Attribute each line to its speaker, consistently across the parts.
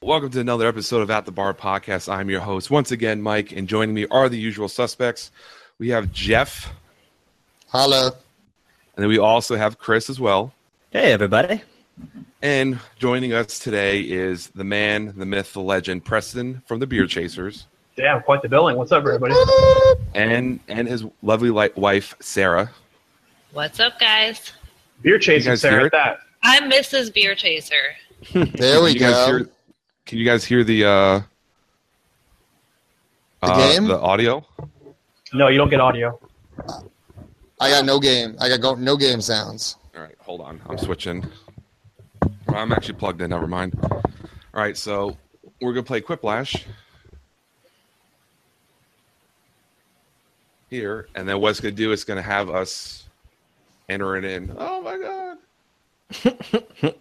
Speaker 1: Welcome to another episode of At the Bar Podcast. I'm your host once again, Mike, and joining me are the usual suspects. We have Jeff,
Speaker 2: Holla.
Speaker 1: and then we also have Chris as well.
Speaker 3: Hey, everybody.
Speaker 1: And joining us today is the man, the myth, the legend, Preston from the Beer Chasers,
Speaker 4: Damn, quite the billing. What's up, everybody?
Speaker 1: and and his lovely li- wife Sarah.
Speaker 5: What's up, guys?
Speaker 4: Beer
Speaker 1: You
Speaker 4: chasing
Speaker 1: guys
Speaker 4: Sarah
Speaker 1: hear
Speaker 4: at that.
Speaker 5: I'm Mrs. Beer Chaser.
Speaker 2: There
Speaker 1: Can
Speaker 2: we
Speaker 1: you guys
Speaker 2: go.
Speaker 1: hear- can you guys hear the uh,
Speaker 2: The game?
Speaker 1: the audio?
Speaker 4: No, you don't get audio.
Speaker 2: I got no game. I got go- no game sounds.
Speaker 1: All right, hold on. I'm switching. Well, I'm actually plugged in. Never mind. All right, so we're gonna play Quiplash here, and then what's gonna do is gonna have us enter it in. Oh my god!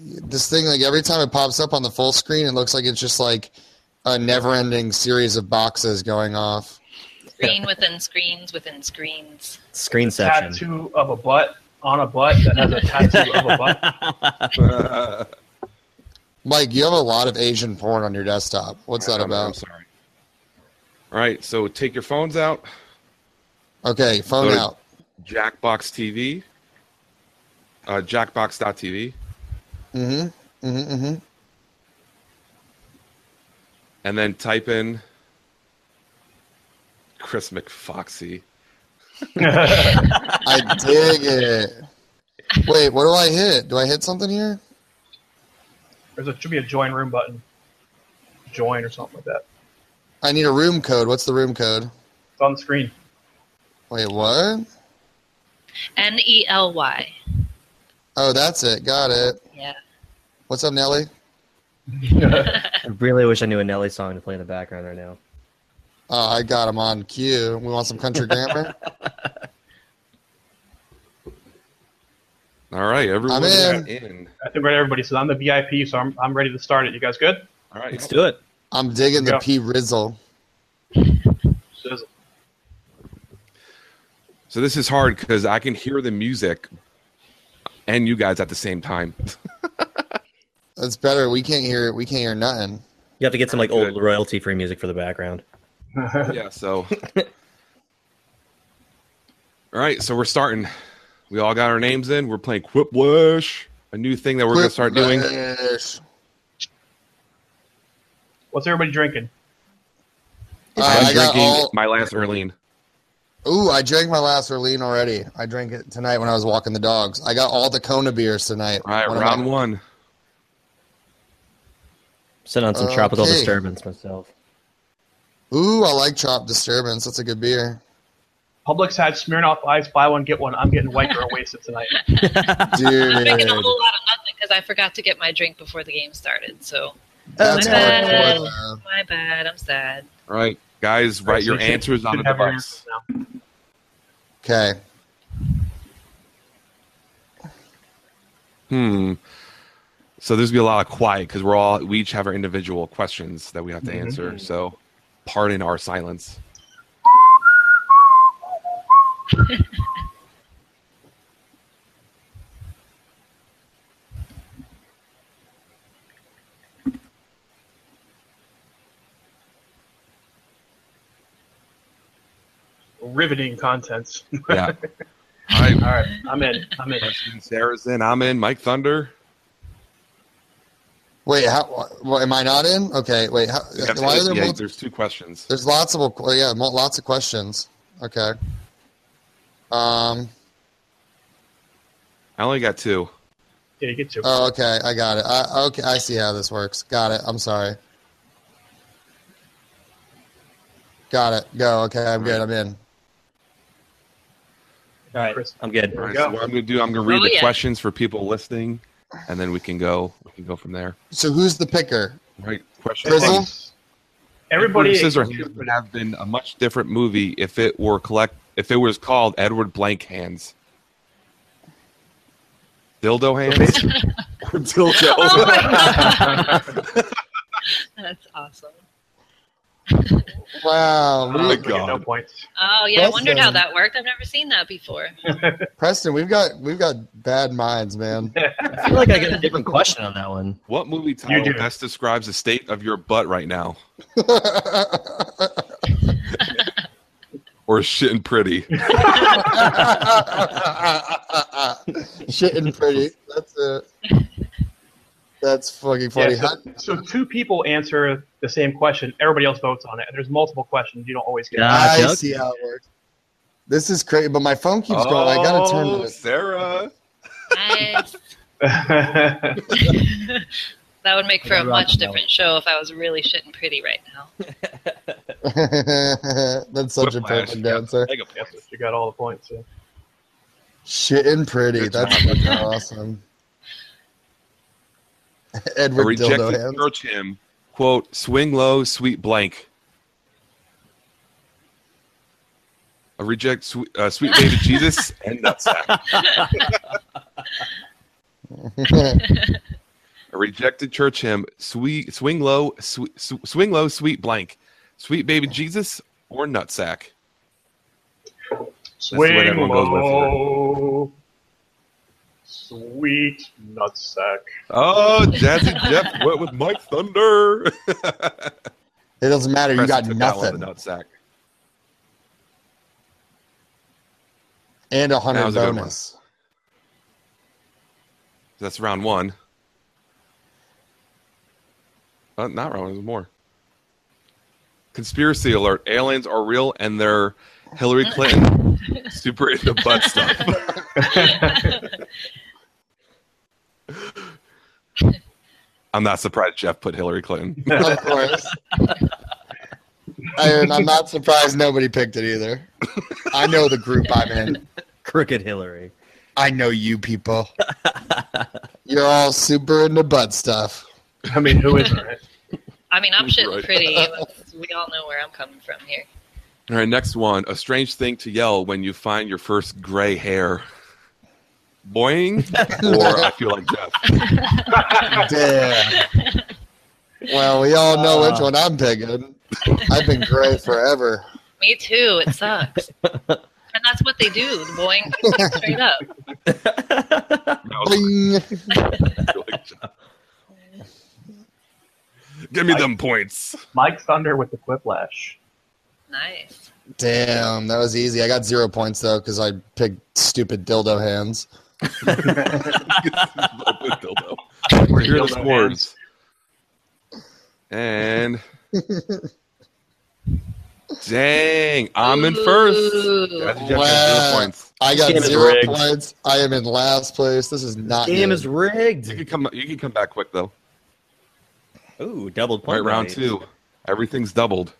Speaker 2: This thing, like every time it pops up on the full screen, it looks like it's just like a never-ending series of boxes going off.
Speaker 5: Screen within screens within screens.
Speaker 3: Screen session.
Speaker 4: Tattoo of a butt on a butt that has a tattoo of a butt.
Speaker 2: Mike, you have a lot of Asian porn on your desktop. What's that
Speaker 1: I'm- I'm
Speaker 2: about?
Speaker 1: sorry. All right, so take your phones out.
Speaker 2: Okay, phone
Speaker 1: Sorry.
Speaker 2: out.
Speaker 1: Jackbox TV. Uh, Jackbox.tv.
Speaker 2: Mm-hmm. Mm-hmm. mm-hmm.
Speaker 1: and then type in Chris McFoxy.
Speaker 2: I dig it. Wait, what do I hit? Do I hit something here?
Speaker 4: There's a, should be a join room button. Join or something like that.
Speaker 2: I need a room code. What's the room code?
Speaker 4: It's on the screen.
Speaker 2: Wait, what?
Speaker 5: N E L Y.
Speaker 2: Oh, that's it. Got it.
Speaker 5: Yeah.
Speaker 2: What's up, Nelly?
Speaker 3: I really wish I knew a Nelly song to play in the background right now.
Speaker 2: Oh, I got him on cue. We want some country grammar.
Speaker 1: All right, everyone
Speaker 2: I'm in.
Speaker 1: got in.
Speaker 4: I think right everybody says I'm the VIP, so I'm, I'm ready to start it. You guys good?
Speaker 1: All right,
Speaker 3: Let's do it.
Speaker 2: I'm digging the
Speaker 4: Yeah.
Speaker 2: P Rizzle.
Speaker 4: Says-
Speaker 1: so this is hard because I can hear the music and you guys at the same time.
Speaker 2: That's better. We can't hear. We can't hear nothing.
Speaker 3: You have to get some like old
Speaker 1: Good.
Speaker 3: royalty free music for the background.
Speaker 1: yeah, so all right, so we're starting. We all got our names in. We're playing Quiplash, a new thing that we're going to start doing.
Speaker 2: Quiplash.
Speaker 4: What's everybody drinking?
Speaker 2: Uh,
Speaker 1: I'm
Speaker 2: I got
Speaker 1: drinking
Speaker 2: all,
Speaker 1: my last Erlene.
Speaker 2: ooh, I drank my last Erlene already. I drank it tonight when I was walking the dogs. I got all the Kona beers tonight.
Speaker 1: All right,
Speaker 2: One of
Speaker 1: round
Speaker 2: my-
Speaker 1: one.
Speaker 3: Send on some tropical
Speaker 2: Okay.
Speaker 3: disturbance myself.
Speaker 2: Ooh, I like Chop Disturbance. That's a good beer.
Speaker 4: Publix had Smirnoff Ice, buy one, get one. I'm getting white girl wasted tonight.
Speaker 5: I'm
Speaker 2: Dude,
Speaker 5: drinking a whole lot of nothing because I forgot to get my drink before the game started. So
Speaker 2: that's
Speaker 5: Oh, man.
Speaker 2: hardcore. though.
Speaker 5: my bad. I'm sad.
Speaker 1: All right, guys, write your
Speaker 4: So you should-
Speaker 1: answers on
Speaker 4: should
Speaker 1: the
Speaker 4: have your
Speaker 1: device.
Speaker 4: answers now.
Speaker 2: Okay,
Speaker 1: Hmm. So there's gonna be a lot of quiet because we're all we each have our individual questions that we have to answer. So pardon our silence.
Speaker 4: Riveting contents.
Speaker 1: Yeah. all right.
Speaker 4: All right, I'm in. I'm in.
Speaker 1: Sarah's in. I'm in. Mike Thunder.
Speaker 2: wait. How? What, am I not in? Okay, wait. How,
Speaker 1: You have to-
Speaker 2: why are there
Speaker 1: yeah,
Speaker 2: mul-
Speaker 1: there's two questions.
Speaker 2: There's lots of well, yeah, mo- lots of questions. Okay. Um.
Speaker 1: I only got two.
Speaker 4: Yeah, you get to.
Speaker 2: Oh, okay. I got it. I, okay, I see how this works. Got it. I'm sorry. Got it. Go. Okay, I'm good. I'm in.
Speaker 3: All right.
Speaker 4: Chris.
Speaker 3: I'm good.
Speaker 1: All right,
Speaker 4: we
Speaker 1: so
Speaker 4: go.
Speaker 1: what I'm gonna do, I'm gonna read
Speaker 5: Oh,
Speaker 1: the
Speaker 5: yeah.
Speaker 1: questions for people listening, and then we can go we can go from there.
Speaker 2: So who's the picker?
Speaker 1: All Right. Question.
Speaker 2: Grizzle?
Speaker 1: one.
Speaker 4: Everybody.
Speaker 1: Edward Scissorhands would have been a much different movie if it were collect if it was called Edward Blank Hands. Dildo hands? Or dildo.
Speaker 5: Oh my god. That's awesome.
Speaker 2: Wow,
Speaker 4: Oh,
Speaker 1: my
Speaker 2: we,
Speaker 4: we get no
Speaker 1: God.
Speaker 4: points.
Speaker 5: Oh yeah, I wondered how
Speaker 2: Preston.
Speaker 5: that worked. I've never seen that before.
Speaker 2: Preston, we've got we've got bad minds, man.
Speaker 3: I feel like I get a different question on that one.
Speaker 1: What movie title
Speaker 4: do.
Speaker 1: best describes the state of your butt right now? Or shit and pretty.
Speaker 2: Shitting pretty. That's it. That's fucking funny.
Speaker 4: Yeah, so, so two people answer the same question. Everybody else votes on it. And there's multiple questions. You don't always get.
Speaker 3: Yeah. Ah,
Speaker 2: I
Speaker 3: joke.
Speaker 2: see how it works. This is crazy, but my phone keeps going. I gotta turn
Speaker 1: Oh,
Speaker 2: to this.
Speaker 1: Sarah.
Speaker 5: Nice. that would make for
Speaker 3: Yeah,
Speaker 5: a
Speaker 3: right,
Speaker 5: much
Speaker 3: no.
Speaker 5: different show if I was really shitting pretty right now.
Speaker 2: That's such
Speaker 1: Whiplash.
Speaker 2: a perfect
Speaker 1: Yeah,
Speaker 2: answer.
Speaker 1: mega point.
Speaker 4: Yes, you got all the points. yeah.
Speaker 2: Shitting pretty.
Speaker 1: Good
Speaker 2: That's fucking awesome.
Speaker 1: A
Speaker 2: Edward Dildo
Speaker 1: rejected
Speaker 2: Hands.
Speaker 1: search him. Quote, swing low, sweet blank. A reject, sweet, uh, sweet baby Jesus and nutsack. A rejected church hymn. Sweet, swing low, sweet, sw- swing low, sweet blank. Sweet baby Jesus or nutsack. the way that
Speaker 4: Swing
Speaker 1: everyone goes with it.
Speaker 4: low, sweet nutsack.
Speaker 1: Oh, Jazzy Jeff went with Mike Thunder.
Speaker 2: It doesn't matter. You got
Speaker 1: Preston took that one,
Speaker 2: nothing
Speaker 1: the nutsack.
Speaker 2: and a
Speaker 1: That
Speaker 2: hundred
Speaker 1: was a good
Speaker 2: bonus.
Speaker 1: That's round one. Uh, not round one, there's more. Conspiracy alert. Aliens are real and they're Hillary Clinton super into butt stuff. I'm not surprised Jeff put Hillary Clinton.
Speaker 2: of course. I, and I'm not surprised nobody picked it either. I know the group I'm in.
Speaker 3: Crooked Hillary.
Speaker 2: I know you people. You're all super into butt stuff.
Speaker 4: I mean, who isn't? Right?
Speaker 5: I mean, I'm shitting
Speaker 1: Right.
Speaker 5: pretty. We all know where I'm coming from here.
Speaker 1: All right, next one. A strange thing to yell when you find your first gray hair. Boing, or I feel like Jeff.
Speaker 2: Damn. Well, we all know which one I'm picking. I've been gray forever.
Speaker 5: Me too. It sucks. and that's what they do. The boing straight up.
Speaker 1: No,
Speaker 2: Bling.
Speaker 1: I feel like Jeff. Give me them points.
Speaker 4: Mike Thunder with the quiplash.
Speaker 5: Nice.
Speaker 2: Damn, that was easy. I got zero points though because I picked stupid dildo hands.
Speaker 1: Dildo. We're here to
Speaker 4: Dildo
Speaker 1: sports. And dang, I'm in first.
Speaker 5: Ooh.
Speaker 1: That's just zero points.
Speaker 2: I
Speaker 3: This
Speaker 2: got
Speaker 3: game is
Speaker 2: zero
Speaker 3: rigged.
Speaker 2: points. I am in last place. This is not
Speaker 3: Game
Speaker 2: good.
Speaker 3: is
Speaker 1: You
Speaker 3: rigged.
Speaker 1: can come. You can come back quick though.
Speaker 3: Ooh, double
Speaker 1: All
Speaker 3: point.
Speaker 1: right, round two. Everything's doubled.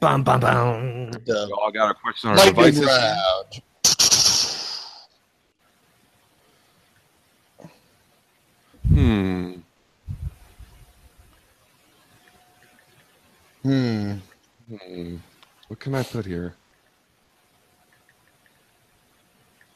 Speaker 3: Bum bum bum.
Speaker 2: Dumb.
Speaker 1: We all got our question on our
Speaker 2: Lightning
Speaker 1: devices.
Speaker 2: round.
Speaker 1: Hmm.
Speaker 2: Hmm.
Speaker 1: Hmm. What can I put here?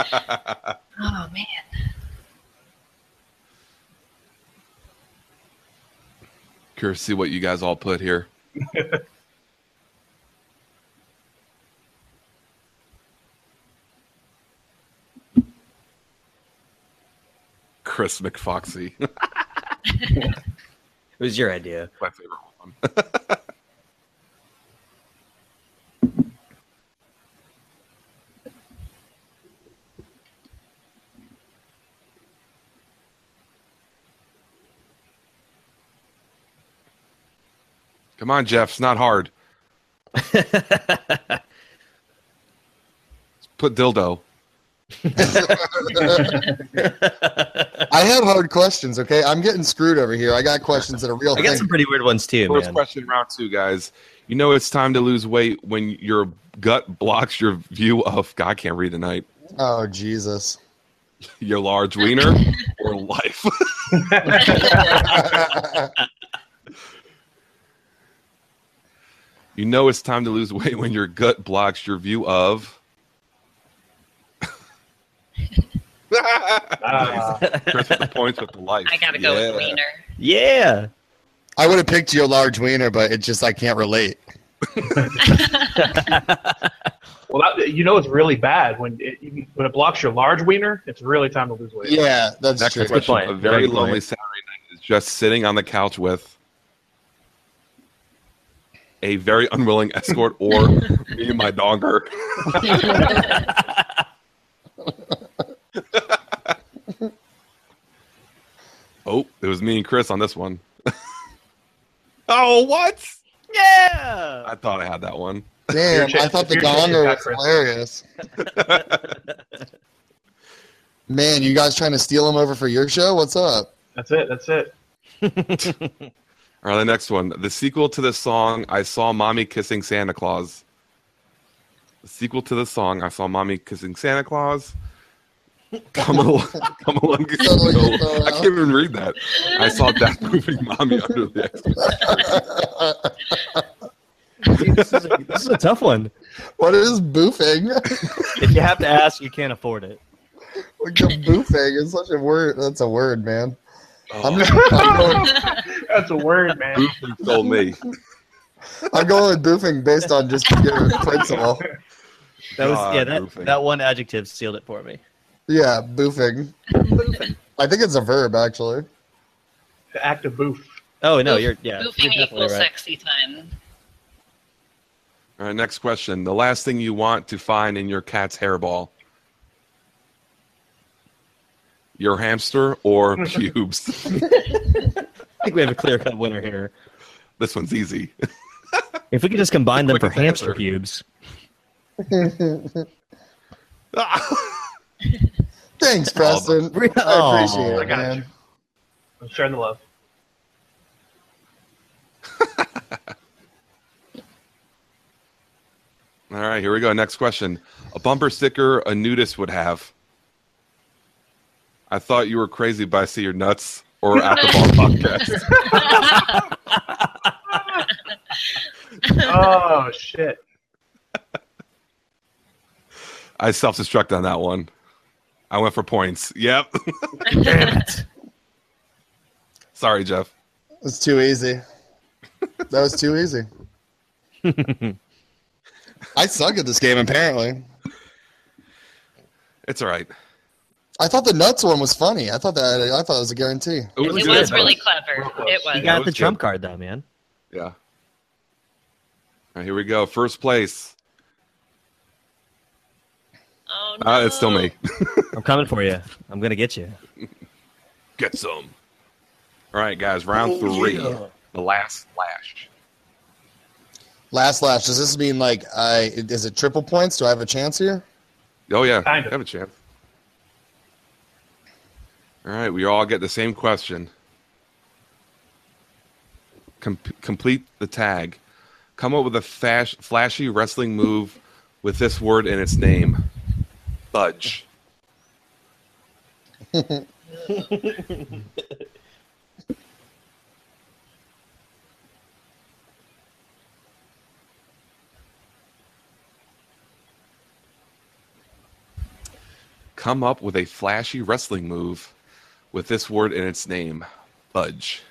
Speaker 5: Oh man.
Speaker 1: Curious to see what you guys all put here. Chris McFoxy,
Speaker 3: It was your idea.
Speaker 1: my favorite one. Come on, Jeff. It's not hard. Put dildo.
Speaker 2: I had hard questions. Okay, I'm getting screwed over here. I got questions that are real.
Speaker 3: I got
Speaker 2: thing.
Speaker 3: some pretty weird ones too,
Speaker 1: First
Speaker 3: man.
Speaker 1: question, round two, guys. You know it's time to lose weight when your gut blocks your view of God. I can't read tonight.
Speaker 2: oh Jesus!
Speaker 1: your large wiener or life. you know it's time to lose weight when your gut blocks your view of.
Speaker 4: Ah,
Speaker 1: Chris with the points with the life.
Speaker 5: I gotta go
Speaker 1: Yeah.
Speaker 5: with wiener.
Speaker 3: Yeah.
Speaker 2: I would have picked your large wiener, but it just I can't relate.
Speaker 4: well, that, you know it's really bad when it when it blocks your large wiener. It's really time to lose weight.
Speaker 2: Yeah, that's
Speaker 1: Next
Speaker 2: true.
Speaker 3: Good
Speaker 1: question.
Speaker 3: point.
Speaker 1: A very
Speaker 3: Good point.
Speaker 1: lonely Saturday night is just sitting on the couch with a very unwilling escort or me and my dogger. oh, it was me and Chris on this one. oh, what?
Speaker 3: Yeah.
Speaker 1: I thought I had that one.
Speaker 2: Damn,
Speaker 4: Your
Speaker 2: I
Speaker 4: shit-
Speaker 2: thought the
Speaker 4: your shit is
Speaker 2: donger
Speaker 4: not
Speaker 2: was
Speaker 4: Christmas.
Speaker 2: hilarious. Man, you guys trying to steal him over for your show? What's up?
Speaker 4: That's it. That's it.
Speaker 1: All right, the next one. The sequel to the song I Saw Mommy Kissing Santa Claus. The sequel to the song I Saw Mommy Kissing Santa Claus. Come along, come along.
Speaker 2: Totally
Speaker 1: no,
Speaker 2: get that
Speaker 1: I can't even read that. I saw that moving mommy under the X.
Speaker 3: Dude, this, is a, this is a tough one.
Speaker 2: What is boofing?
Speaker 3: If you have to ask, you can't afford it.
Speaker 2: Like, the boofing is such a word. That's a word, man. I'm, just, I'm, going,
Speaker 4: That's a word, man.
Speaker 1: Boofing told me.
Speaker 2: I'm going with boofing based on just your principle.
Speaker 3: That was yeah.
Speaker 1: God,
Speaker 3: That
Speaker 1: boofing.
Speaker 3: that one adjective sealed it for me.
Speaker 2: Yeah, boofing. I think it's a verb, actually.
Speaker 4: The act of boof.
Speaker 3: Oh no,
Speaker 5: Boof-
Speaker 3: you're yeah. You're
Speaker 5: Boofing
Speaker 3: definitely
Speaker 5: equals
Speaker 3: right.
Speaker 5: sexy time.
Speaker 1: All right, next question. The last thing you want to find in your cat's hairball. Your hamster or pubes?
Speaker 3: I think we have a clear cut winner here.
Speaker 1: this one's easy.
Speaker 3: If we could just combine them for
Speaker 1: Quick answer.
Speaker 3: hamster pubes.
Speaker 2: Thanks, Preston.
Speaker 3: Really?
Speaker 2: Oh, I appreciate
Speaker 3: Aw.
Speaker 2: it, man.
Speaker 4: I'm sharing the love.
Speaker 1: All right, here we go. Next question. A bumper sticker a nudist would have. I thought you were crazy by see your nuts or at the ball podcast.
Speaker 4: Oh shit.
Speaker 1: I self destruct on that one. I went for points. Yep.
Speaker 4: Damn it.
Speaker 1: Sorry, Jeff.
Speaker 2: It's too easy. That was too easy. I suck at this game, apparently.
Speaker 1: It's all right.
Speaker 2: I thought the nuts one was funny. I thought that I thought it was a guarantee.
Speaker 5: It was,
Speaker 1: good,
Speaker 5: really
Speaker 1: though.
Speaker 5: clever.
Speaker 4: Real close.
Speaker 5: It
Speaker 3: You
Speaker 5: was.
Speaker 1: That
Speaker 3: got
Speaker 1: was
Speaker 3: the trump
Speaker 1: good.
Speaker 3: card though, man.
Speaker 1: Yeah. All right, here we go. First place.
Speaker 5: Oh, no.
Speaker 1: Uh, it's still me.
Speaker 3: I'm coming for you. I'm gonna get you.
Speaker 1: Get some. All right, guys. Round three. The last lash.
Speaker 2: Last lash. Does this mean like I is it triple points? Do I have a chance here?
Speaker 1: Oh yeah,
Speaker 4: Kind of.
Speaker 1: have a chance. All right, we all get the same question. Com- complete the tag. Come up with a fash- flashy wrestling move with this word in its name. Budge. Come up with a flashy wrestling move with this word in its name. Budge.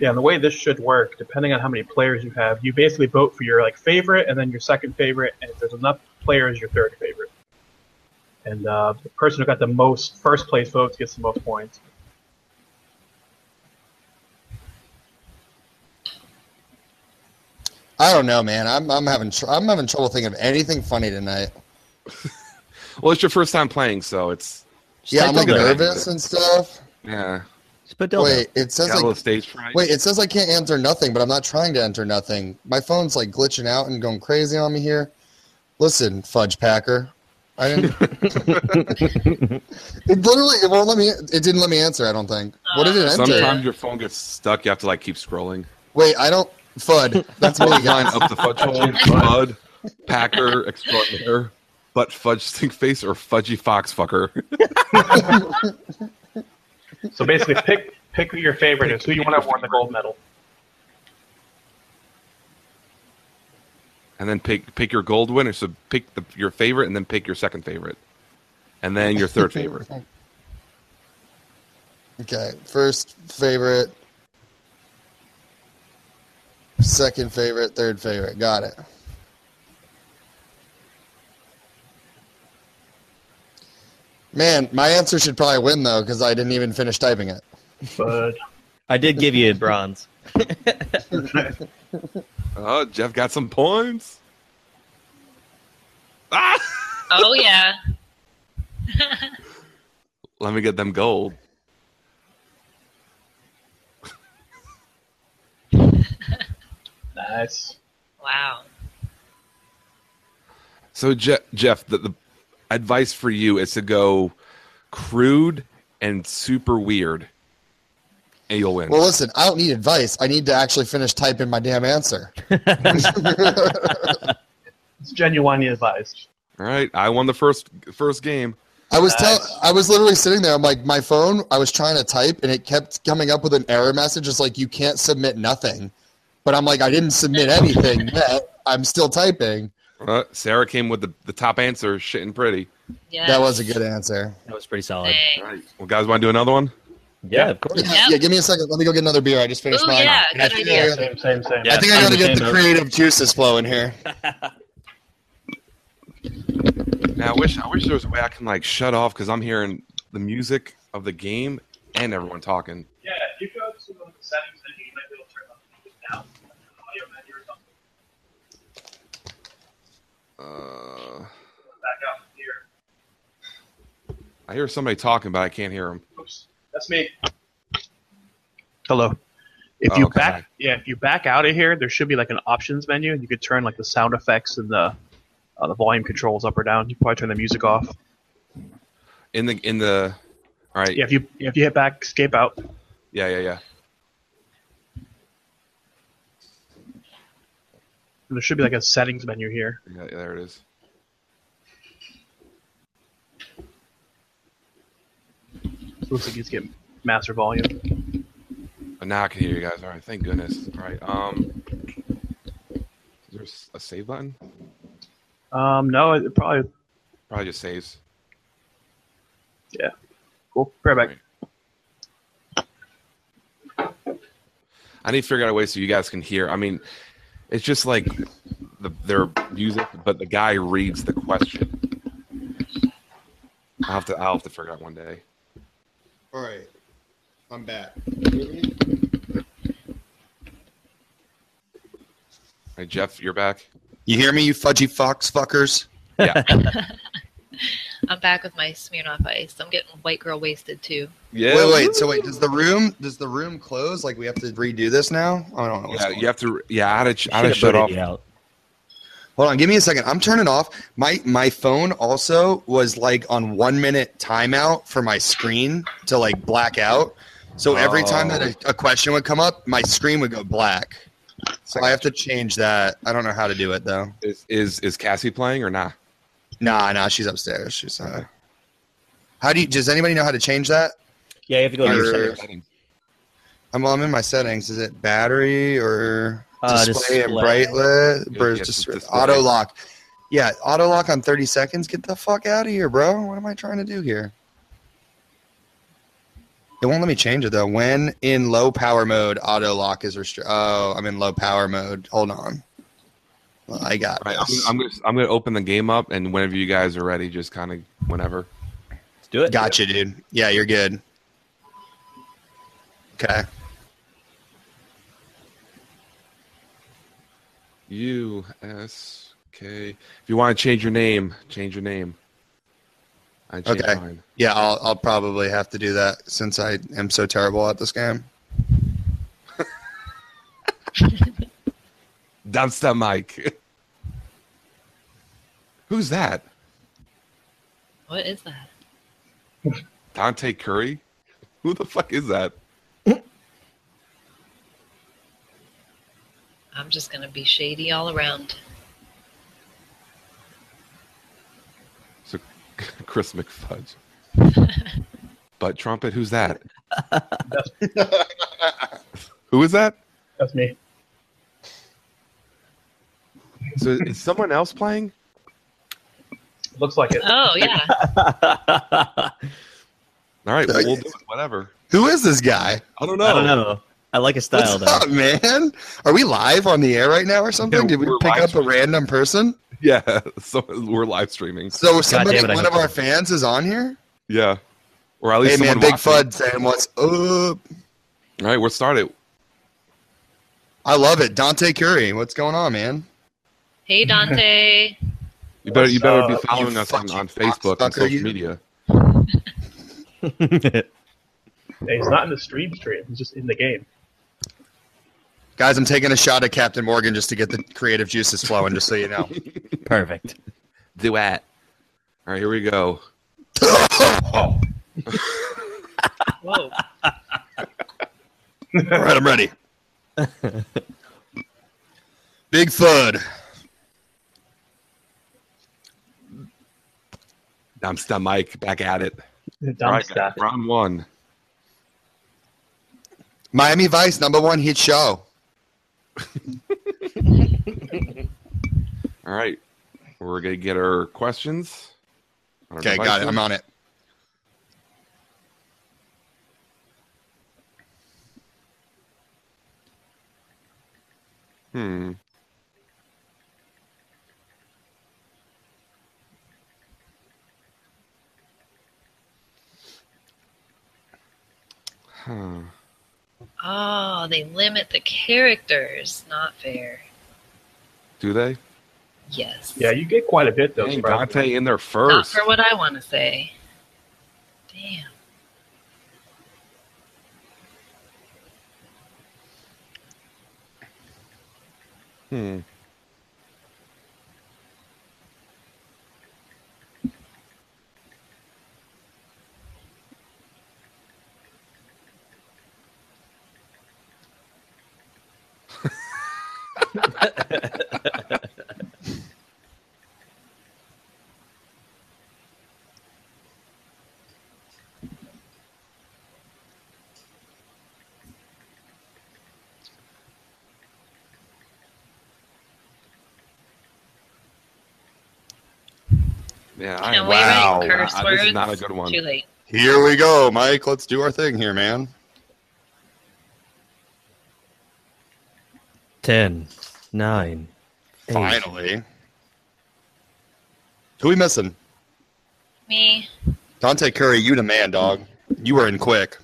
Speaker 4: Yeah, and the way this should work, depending on how many players you have, you basically vote for your like favorite and then your second favorite, and if there's enough players, your third favorite. And uh, the person who got the most first place votes gets the most points.
Speaker 2: I don't know, man. I'm I'm having tr- I'm having trouble thinking of anything funny tonight.
Speaker 1: Well, it's your first time playing, so it's
Speaker 3: Just
Speaker 2: Yeah,
Speaker 3: type
Speaker 2: I'm like
Speaker 3: dildo.
Speaker 1: there.
Speaker 2: nervous and stuff.
Speaker 1: yeah.
Speaker 3: Just put dildo.
Speaker 2: Wait, it says
Speaker 1: Got a little
Speaker 2: like
Speaker 1: stage fright.
Speaker 2: wait, it says I can't enter nothing, but I'm not trying to enter nothing. My phone's like glitching out and going crazy on me here. Listen, Fudge Packer, I didn't. it literally it won't let me. It didn't let me answer. I don't think. What did it
Speaker 1: Uh,
Speaker 2: enter?
Speaker 1: Sometimes your phone gets stuck. You have to like keep scrolling.
Speaker 2: Wait, I don't. Fud. That's me.
Speaker 1: Line
Speaker 2: guys.
Speaker 1: up the fudge hole, Bud, Packer, Extraordinaire, butt fudge stink face or fudgy fox fucker.
Speaker 4: So basically, pick pick who your favorite is, who you want to win the gold medal.
Speaker 1: and then pick pick your gold winner. So pick the, your favorite, and then pick your second favorite, and then your third favorite.
Speaker 2: Okay, first favorite, second favorite, third favorite. Got it. Man, my answer should probably win though because I didn't even finish typing it.
Speaker 4: But
Speaker 3: I did give you a bronze.
Speaker 1: Oh, Jeff got some points. Ah!
Speaker 5: Oh yeah.
Speaker 1: Let me get them gold.
Speaker 4: nice.
Speaker 5: Wow.
Speaker 1: So Je- Jeff, the, the advice for you is to go crude and super weird, and you'll win.
Speaker 2: Well, listen, I don't need advice. I need to actually finish typing my damn answer.
Speaker 4: It's genuinely advised.
Speaker 1: All right, I won the first first game.
Speaker 2: I was tell
Speaker 4: Nice.
Speaker 2: I was literally sitting there. I'm like, my phone. I was trying to type, and it kept coming up with an error message. It's like you can't submit nothing. But I'm like, I didn't submit anything yet. I'm still typing.
Speaker 1: Uh, Sarah came with the, the top answer, shitting pretty.
Speaker 5: Yeah.
Speaker 2: That was a good answer.
Speaker 3: That was pretty solid.
Speaker 5: Dang.
Speaker 1: All right, well, guys, want to do another one?
Speaker 3: Yeah, of course.
Speaker 2: Yeah, give me a second. Let me go get another beer. I just finished
Speaker 5: Ooh,
Speaker 2: mine.
Speaker 5: yeah,
Speaker 2: I
Speaker 5: good
Speaker 2: think
Speaker 5: idea.
Speaker 2: I gotta-
Speaker 4: Same, same, same.
Speaker 3: Yeah.
Speaker 2: I think I gotta get the
Speaker 3: Understand.
Speaker 2: creative juices flowing here.
Speaker 1: Now, I wish I wish there was a way I can like shut off because I'm hearing the music of the game and everyone talking.
Speaker 4: Yeah, if you go to the settings and you might be able to turn off the music down, like the audio menu or something,
Speaker 1: Uh,
Speaker 4: back out here.
Speaker 1: I hear somebody talking, but I can't hear them.
Speaker 4: Oops, that's me. Hello. If
Speaker 1: Oh,
Speaker 4: you
Speaker 1: okay.
Speaker 4: back, yeah, if you back out of here, there should be like an options menu, and you could turn like the sound effects and the uh, the volume controls up or down. You could probably turn the music off.
Speaker 1: In the in the, all right, yeah,
Speaker 4: Yeah, if you if you hit back, escape out.
Speaker 1: yeah, yeah. yeah.
Speaker 4: There should be like a settings menu here.
Speaker 1: Yeah, there it is.
Speaker 4: Looks like he's getting master volume.
Speaker 1: But now I can hear you guys. All right, thank goodness. All right, um, is there s- a save button?
Speaker 4: Um, no, it probably
Speaker 1: Probably just saves.
Speaker 4: cool. Right oh, back.
Speaker 1: I need to figure out a way so you guys can hear. I mean, it's just like the, their music, but the guy reads the question. I'll have to. I'll have to figure out one day.
Speaker 2: All right, I'm back.
Speaker 1: Hey, Jeff, you're back.
Speaker 2: You hear me, you fudgy fox fuckers?
Speaker 1: Yeah,
Speaker 5: I'm back with my Smirnoff Ice. I'm getting white girl wasted too.
Speaker 1: yeah.
Speaker 2: Wait, wait. So wait, does the room does the room close? Like we have to redo this now? I don't know. What's
Speaker 1: Yeah,
Speaker 2: going
Speaker 1: you have to. Yeah, I had to. I had
Speaker 3: Should've
Speaker 1: to shut
Speaker 3: booted
Speaker 1: off.
Speaker 3: you out.
Speaker 2: Hold on, give me a second. I'm turning off my my phone. Also, was like on one minute timeout for my screen to like black out. So every time that a, a question would come up, my screen would go black. So I have to change that. I don't know how to do it though.
Speaker 1: Is, is is Cassie playing or not?
Speaker 2: Nah, nah, she's upstairs. She's uh. How do you? Does anybody know how to change that?
Speaker 3: Yeah, you have to go to your
Speaker 2: Or- I'm I'm in my settings. Is it battery or
Speaker 3: Uh,
Speaker 2: display, and
Speaker 3: display.
Speaker 2: bright lit?
Speaker 1: Yeah,
Speaker 2: Or
Speaker 1: yeah,
Speaker 2: just
Speaker 1: display.
Speaker 2: auto lock? Yeah, auto lock on 30 seconds. Get the fuck out of here, bro. What am I trying to do here? It won't let me change it though. When in low power mode, auto lock is restrict. Oh, I'm in low power mode. Hold on. Well, I got
Speaker 1: Right, I'm,
Speaker 2: this.
Speaker 1: I'm gonna I'm gonna open the game up, and whenever you guys are ready, just kind of whenever.
Speaker 3: Do it.
Speaker 2: Gotcha, dude. Yeah, you're good. Okay.
Speaker 1: U S K. If you want to change your name, change your name. I changed
Speaker 2: Okay.
Speaker 1: mine.
Speaker 2: Yeah, I'll, I'll probably have to do that since I am so terrible at this game.
Speaker 1: Dumpster Mike. Who's that?
Speaker 5: What is that?
Speaker 1: Dante Curry? Who the fuck is that?
Speaker 5: I'm just gonna be shady all around.
Speaker 1: Chris McFudge. Butt trumpet, who's that?
Speaker 4: That's,
Speaker 1: Who is that?
Speaker 4: that's me.
Speaker 1: So is someone else playing?
Speaker 4: Looks like it.
Speaker 5: Oh yeah.
Speaker 3: I
Speaker 1: All right, well, we'll do it. Whatever.
Speaker 2: Who is this guy?
Speaker 1: I don't know.
Speaker 3: don't know. I like his style
Speaker 2: What's
Speaker 3: though.
Speaker 2: up, man? Are we live on the air right now or something?
Speaker 1: Yeah,
Speaker 2: Did we
Speaker 1: we're
Speaker 2: pick
Speaker 1: live
Speaker 2: up a
Speaker 1: streaming.
Speaker 2: random person?
Speaker 1: Yeah, so we're live streaming.
Speaker 2: So somebody,
Speaker 3: damn it, I
Speaker 2: one of
Speaker 3: hope
Speaker 2: our fans, is on here.
Speaker 1: Yeah, or at least
Speaker 2: Hey man,
Speaker 1: someone
Speaker 2: Big
Speaker 1: watching.
Speaker 2: Fud saying what's up?
Speaker 1: All right, we're started.
Speaker 2: I love it. Dante Curry, what's going on, man?
Speaker 5: Hey Dante.
Speaker 1: You better you better
Speaker 4: What's
Speaker 1: be
Speaker 4: up,
Speaker 1: following
Speaker 2: you
Speaker 1: us on,
Speaker 2: fucking
Speaker 1: on Facebook and
Speaker 2: cocksucker,
Speaker 1: social media.
Speaker 2: you?
Speaker 4: Hey, he's not in the stream stream. He's just in the game.
Speaker 2: Guys, I'm taking a shot at Captain Morgan just to get the creative juices flowing, just so you know.
Speaker 3: Perfect.
Speaker 1: Duet. All right, here we go.
Speaker 5: Whoa.
Speaker 2: All right, I'm ready. Big Fud.
Speaker 1: Dumpster Mike back at it. All
Speaker 4: Dumb
Speaker 1: right,
Speaker 4: stuff.
Speaker 1: guys, round one.
Speaker 2: Miami Vice number one hit show.
Speaker 1: All right, we're gonna get our questions. on our
Speaker 2: Okay, got it.
Speaker 1: devices.
Speaker 2: I'm on it.
Speaker 1: Hmm. Huh.
Speaker 5: Oh, they limit the characters. Not fair.
Speaker 1: Do they?
Speaker 5: Yes.
Speaker 4: Yeah, you get quite a bit though.
Speaker 1: Dang,
Speaker 4: surprisingly.
Speaker 1: Dante in there
Speaker 5: Not
Speaker 1: first.
Speaker 5: for what I want to say. Damn.
Speaker 1: Hmm. Yeah, I,
Speaker 5: Can we
Speaker 2: wow.
Speaker 5: write curse
Speaker 1: I-
Speaker 5: words?
Speaker 1: Uh, this is not a good one.
Speaker 5: Too late.
Speaker 2: Here we go, Mike. Let's do our thing here, man.
Speaker 3: Ten, nine, eight,
Speaker 2: Finally. Who we missing?
Speaker 5: Me.
Speaker 2: Dante Curry, you the man, dog. You were in quick.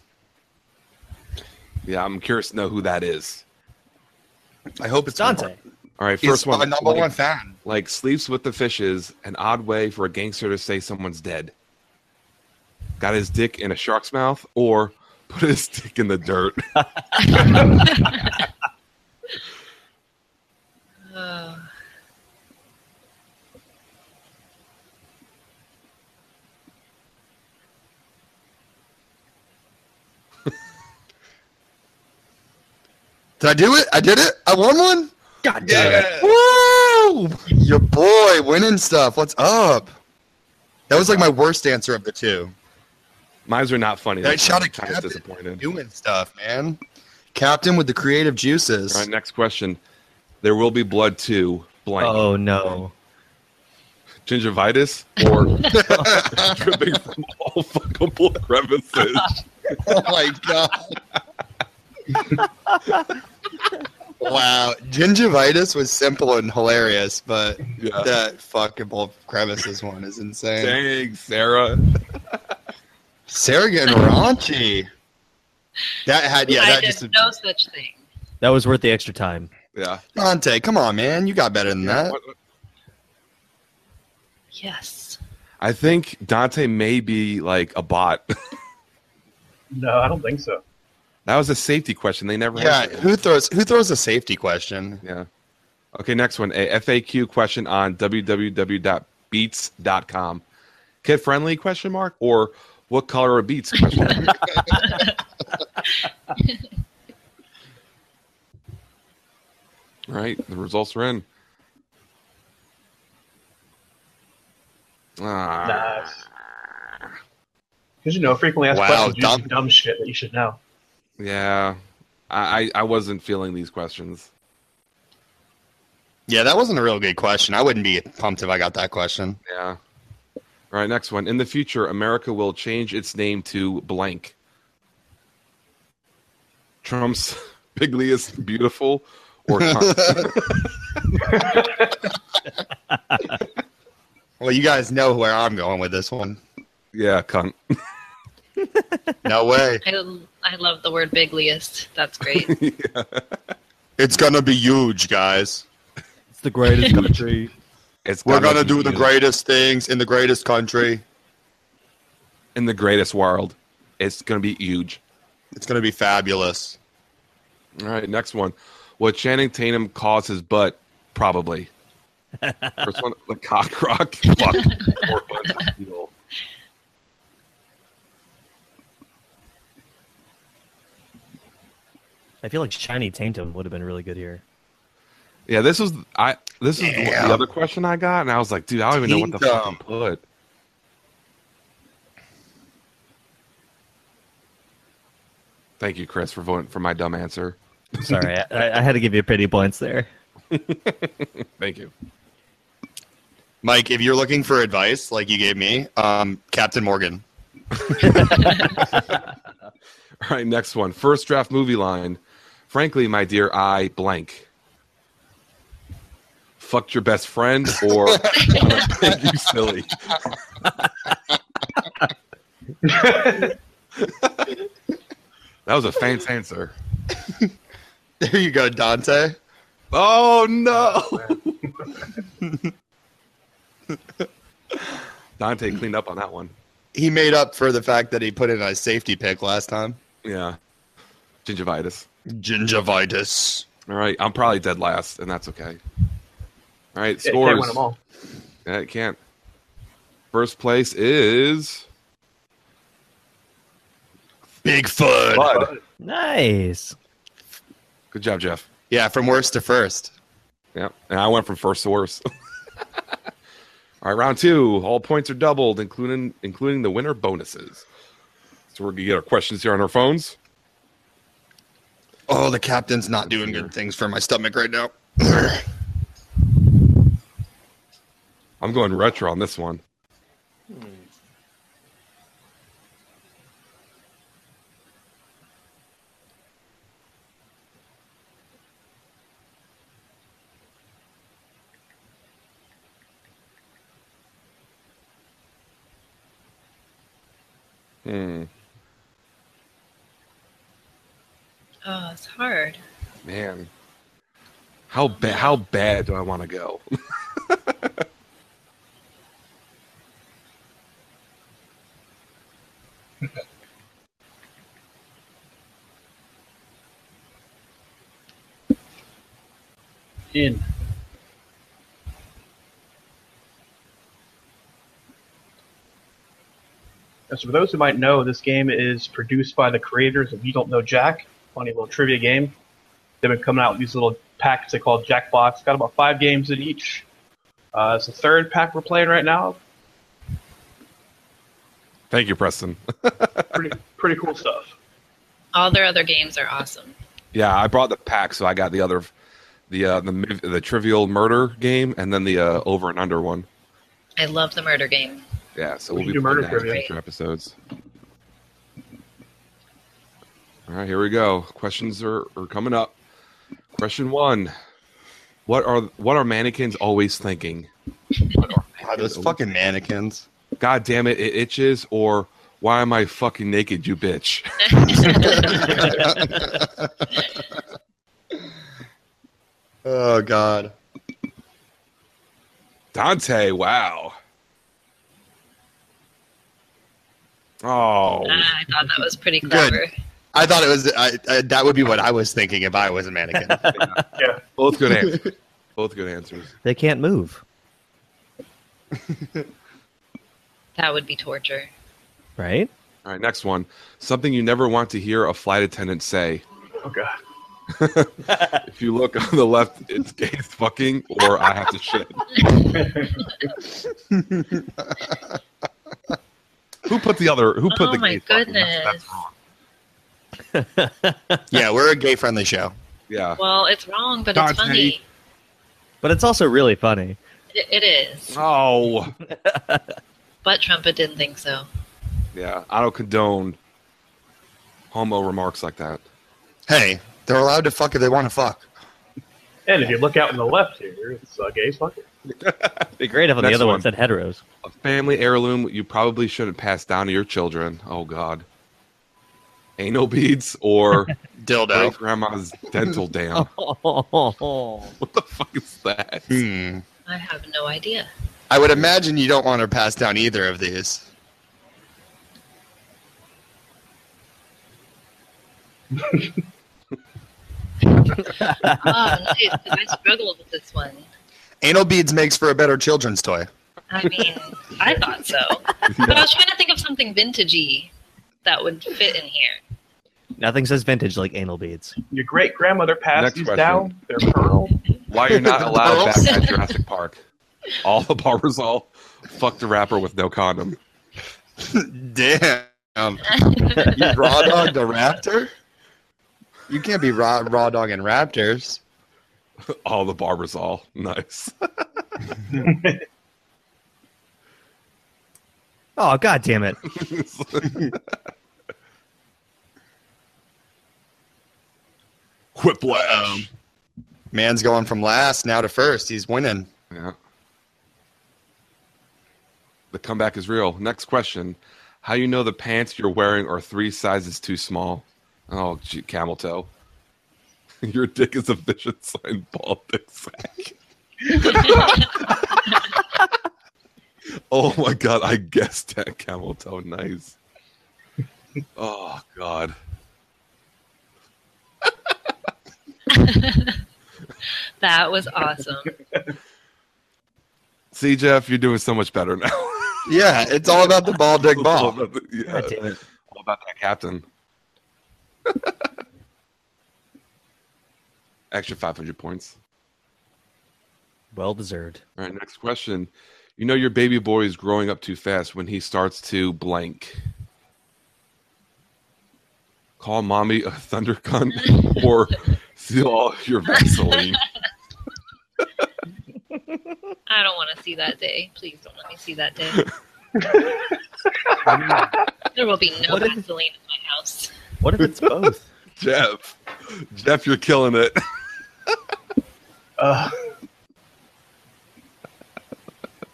Speaker 1: Yeah, I'm curious to know who that is.
Speaker 2: I hope it's
Speaker 3: Dante.
Speaker 1: All right,
Speaker 2: He's
Speaker 1: first one.
Speaker 2: my number
Speaker 1: like,
Speaker 2: one fan.
Speaker 1: like sleeps with the fishes, an odd way for a gangster to say someone's dead. Got his dick in a shark's mouth, or put his dick in the dirt.
Speaker 5: Oh.
Speaker 2: Did I do it? I did it. I won one.
Speaker 3: God
Speaker 2: Woo! Your boy winning stuff. What's up? That was like my worst answer of the two.
Speaker 1: Mines are not funny.
Speaker 2: That
Speaker 1: Like,
Speaker 2: shot
Speaker 1: I'm
Speaker 2: at
Speaker 1: kind of
Speaker 2: Captain.
Speaker 1: disappointed.
Speaker 2: Doing stuff, man. Captain with the creative juices.
Speaker 1: All right, next question. There will be blood too. Blank.
Speaker 3: Oh no.
Speaker 1: Gingivitis or dripping from all fuckable crevices.
Speaker 2: Oh my god. wow. Gingivitis was simple and hilarious, but
Speaker 1: Yeah.
Speaker 2: that fuckable crevices one is insane.
Speaker 1: Dang, Sarah.
Speaker 2: Sarah getting raunchy. That had yeah,
Speaker 5: I
Speaker 2: that
Speaker 5: did
Speaker 2: just
Speaker 5: no such thing.
Speaker 3: That was worth the extra time.
Speaker 1: Yeah.
Speaker 2: Dante, come on, man. You got better than that.
Speaker 1: What-
Speaker 5: Yes.
Speaker 1: I think Dante may be like a bot.
Speaker 4: No, I don't think so.
Speaker 1: that was a safety question. They never
Speaker 2: Yeah,
Speaker 1: answered.
Speaker 2: who throws who throws a safety question?
Speaker 1: Yeah. Okay, next one. A FAQ question on www.beats.com. Kid friendly question mark or what color are beats question mark? All right, the results are in. Ah,
Speaker 4: Nice.
Speaker 1: Ah.
Speaker 4: Because you know, frequently asked
Speaker 2: Wow,
Speaker 4: questions, dumb.
Speaker 2: dumb.
Speaker 4: Some dumb shit that you should know.
Speaker 1: Yeah, I I I wasn't feeling these questions.
Speaker 2: Yeah, that wasn't a real good question. I wouldn't be pumped if I got that question.
Speaker 1: Yeah. All right, next one. In the future, America will change its name to blank. Trump's Bigliest Beautiful or Con-
Speaker 2: Well, you guys know where I'm going with this one.
Speaker 1: Yeah, cunt.
Speaker 2: No way.
Speaker 5: I, I love the word bigliest. That's great.
Speaker 2: It's gonna be huge, guys.
Speaker 6: It's the greatest country.
Speaker 1: It's
Speaker 2: We're gonna
Speaker 1: be
Speaker 2: do the
Speaker 1: you
Speaker 2: greatest things in the greatest country.
Speaker 1: in the greatest world. It's gonna be huge.
Speaker 2: It's gonna be fabulous.
Speaker 1: All right, next one. What Channing Tatum calls his butt, probably. First one, the cock rock. Fuck. Or butt heel.
Speaker 6: I feel like Shiny Taintum would have been really good here.
Speaker 1: Yeah, this was I. This is
Speaker 2: Damn.
Speaker 1: the other question I got, and I was like, dude, I don't even know what the fuck to
Speaker 2: Kingdom.
Speaker 1: put. Thank you, Chris, for voting for my dumb answer.
Speaker 6: Sorry, I- I, I had to give you pity points there.
Speaker 1: Thank you.
Speaker 2: Mike, if you're looking for advice like you gave me, um, Captain Morgan.
Speaker 1: All right, next one. First draft movie line. Frankly, my dear, I blank. Fucked your best friend, or thank you, silly. That was a faint answer.
Speaker 2: There you go, Dante.
Speaker 1: Oh no! Dante cleaned up on that one.
Speaker 2: He made up for the fact that he put in a safety pick last time.
Speaker 1: Yeah, gingivitis.
Speaker 2: Gingivitis.
Speaker 1: All right, I'm probably dead last, and that's okay. All right,
Speaker 4: Yeah, you
Speaker 1: scores.
Speaker 4: can't win them all.
Speaker 1: Yeah, it can't. First place is
Speaker 2: Bigfoot.
Speaker 1: Bud.
Speaker 6: Nice.
Speaker 1: Good job, Jeff.
Speaker 2: Yeah, from worst to first.
Speaker 1: Yeah, and I went from first to worst. All right, round two. All points are doubled, including including the winner bonuses. So we're gonna get our questions here on our phones.
Speaker 2: Oh, the captain's not doing good things for my stomach right now.
Speaker 1: I'm going retro on this one. Hmm.
Speaker 5: Oh, it's hard.
Speaker 1: Man, how ba- how bad do I want to go?
Speaker 4: In. And so, for those who might know, this game is produced by the creators of You Don't Know Jack, funny little trivia game. They've been coming out with these little packs they call Jackbox. Got about five games in each. Uh, it's the third pack we're playing right now.
Speaker 1: Thank you, Preston.
Speaker 4: Pretty, pretty cool stuff.
Speaker 5: All their other games are awesome.
Speaker 1: Yeah, I brought the pack, so I got the other, the uh, the mi- the trivial murder game, and then the uh, over and under one.
Speaker 5: I love the murder game.
Speaker 1: Yeah, so
Speaker 4: We
Speaker 1: we'll
Speaker 4: should
Speaker 1: be
Speaker 4: do murder
Speaker 1: playing that in
Speaker 5: trivia.
Speaker 1: future episodes. All right, here we go. Questions are, are coming up. Question one: What are what are mannequins always thinking?
Speaker 2: God, those fucking mannequins.
Speaker 1: God damn it, it itches, or why am I fucking naked, you bitch?
Speaker 2: Oh God.
Speaker 1: Dante, wow. Oh,
Speaker 5: Ah, I thought that was pretty clever.
Speaker 2: I thought it was I, I, that would be what I was thinking if I was a mannequin.
Speaker 4: Yeah.
Speaker 1: both good answers. Both good answers.
Speaker 6: They can't move,
Speaker 5: That would be torture.
Speaker 6: right?
Speaker 1: All right, next one. Something you never want to hear a flight attendant say.
Speaker 4: Oh, God.
Speaker 1: If you look on the left, it's gay as fucking, or I have to shit. Who put the other? Who put
Speaker 5: Oh
Speaker 1: the?
Speaker 5: my
Speaker 1: gay fucking? That's, that's
Speaker 5: goodness.
Speaker 1: wrong.
Speaker 2: yeah, we're a gay friendly show.
Speaker 1: Yeah.
Speaker 5: Well, it's wrong, but
Speaker 1: Dante.
Speaker 5: it's funny.
Speaker 6: But it's also really funny.
Speaker 5: It, it is.
Speaker 1: Oh.
Speaker 5: But Trumpet didn't think so.
Speaker 1: Yeah. I don't condone homo remarks like that.
Speaker 2: Hey, they're allowed to fuck if they want to fuck.
Speaker 4: And if you look out on the left here, it's uh, gay as fuck.
Speaker 6: Be great if on the
Speaker 1: Next
Speaker 6: other one
Speaker 1: one.
Speaker 6: said heteros.
Speaker 1: A family heirloom you probably shouldn't pass down to your children. Oh God. Anal beads or great
Speaker 2: Dildo.
Speaker 1: grandma's dental
Speaker 6: Oh.
Speaker 1: dam. What the fuck is that?
Speaker 2: Hmm.
Speaker 5: I have no idea.
Speaker 2: I would imagine you don't want to pass down either of these.
Speaker 5: Oh, nice. 'cause I struggled with this one.
Speaker 2: Anal beads makes for a better children's toy.
Speaker 5: I mean, I thought so. But I was trying to think of something vintagey that would fit in here.
Speaker 6: Nothing says vintage like anal beads.
Speaker 4: Your great grandmother
Speaker 1: Next
Speaker 4: passed these
Speaker 1: question.
Speaker 4: down. They're pearl.
Speaker 1: Why you're not allowed back
Speaker 2: Girls?
Speaker 1: at Jurassic Park? All the barbers all fucked a rapper with no condom.
Speaker 2: Damn. you raw dog the raptor? You can't be raw, raw dog and raptors.
Speaker 1: All the barbers all nice.
Speaker 6: Oh god damn it.
Speaker 1: Whiplash.
Speaker 2: Man's going from last now to first. He's winning.
Speaker 1: Yeah. The comeback is real. Next question: How you know the pants you're wearing are three sizes too small? Oh, gee, camel toe. Your dick is a vision sign, ball dick sack. oh my god! I guessed that camel toe. Nice. Oh god.
Speaker 5: That was awesome.
Speaker 1: See, Jeff, you're doing so much better now.
Speaker 2: Yeah, it's all about the ball dick ball.
Speaker 1: yeah.
Speaker 6: God damn it.
Speaker 1: All about that captain. Extra 500 points.
Speaker 6: Well deserved.
Speaker 1: All right, next question. You know your baby boy is growing up too fast when he starts to blank. Call mommy a thunder cunt or steal all your Vaseline.
Speaker 5: I don't want to see that day. Please don't let me see that day. there will be no
Speaker 6: What if-
Speaker 5: Vaseline in my house.
Speaker 6: What if it's both?
Speaker 1: Jeff, Jeff, you're killing it.
Speaker 4: Uh,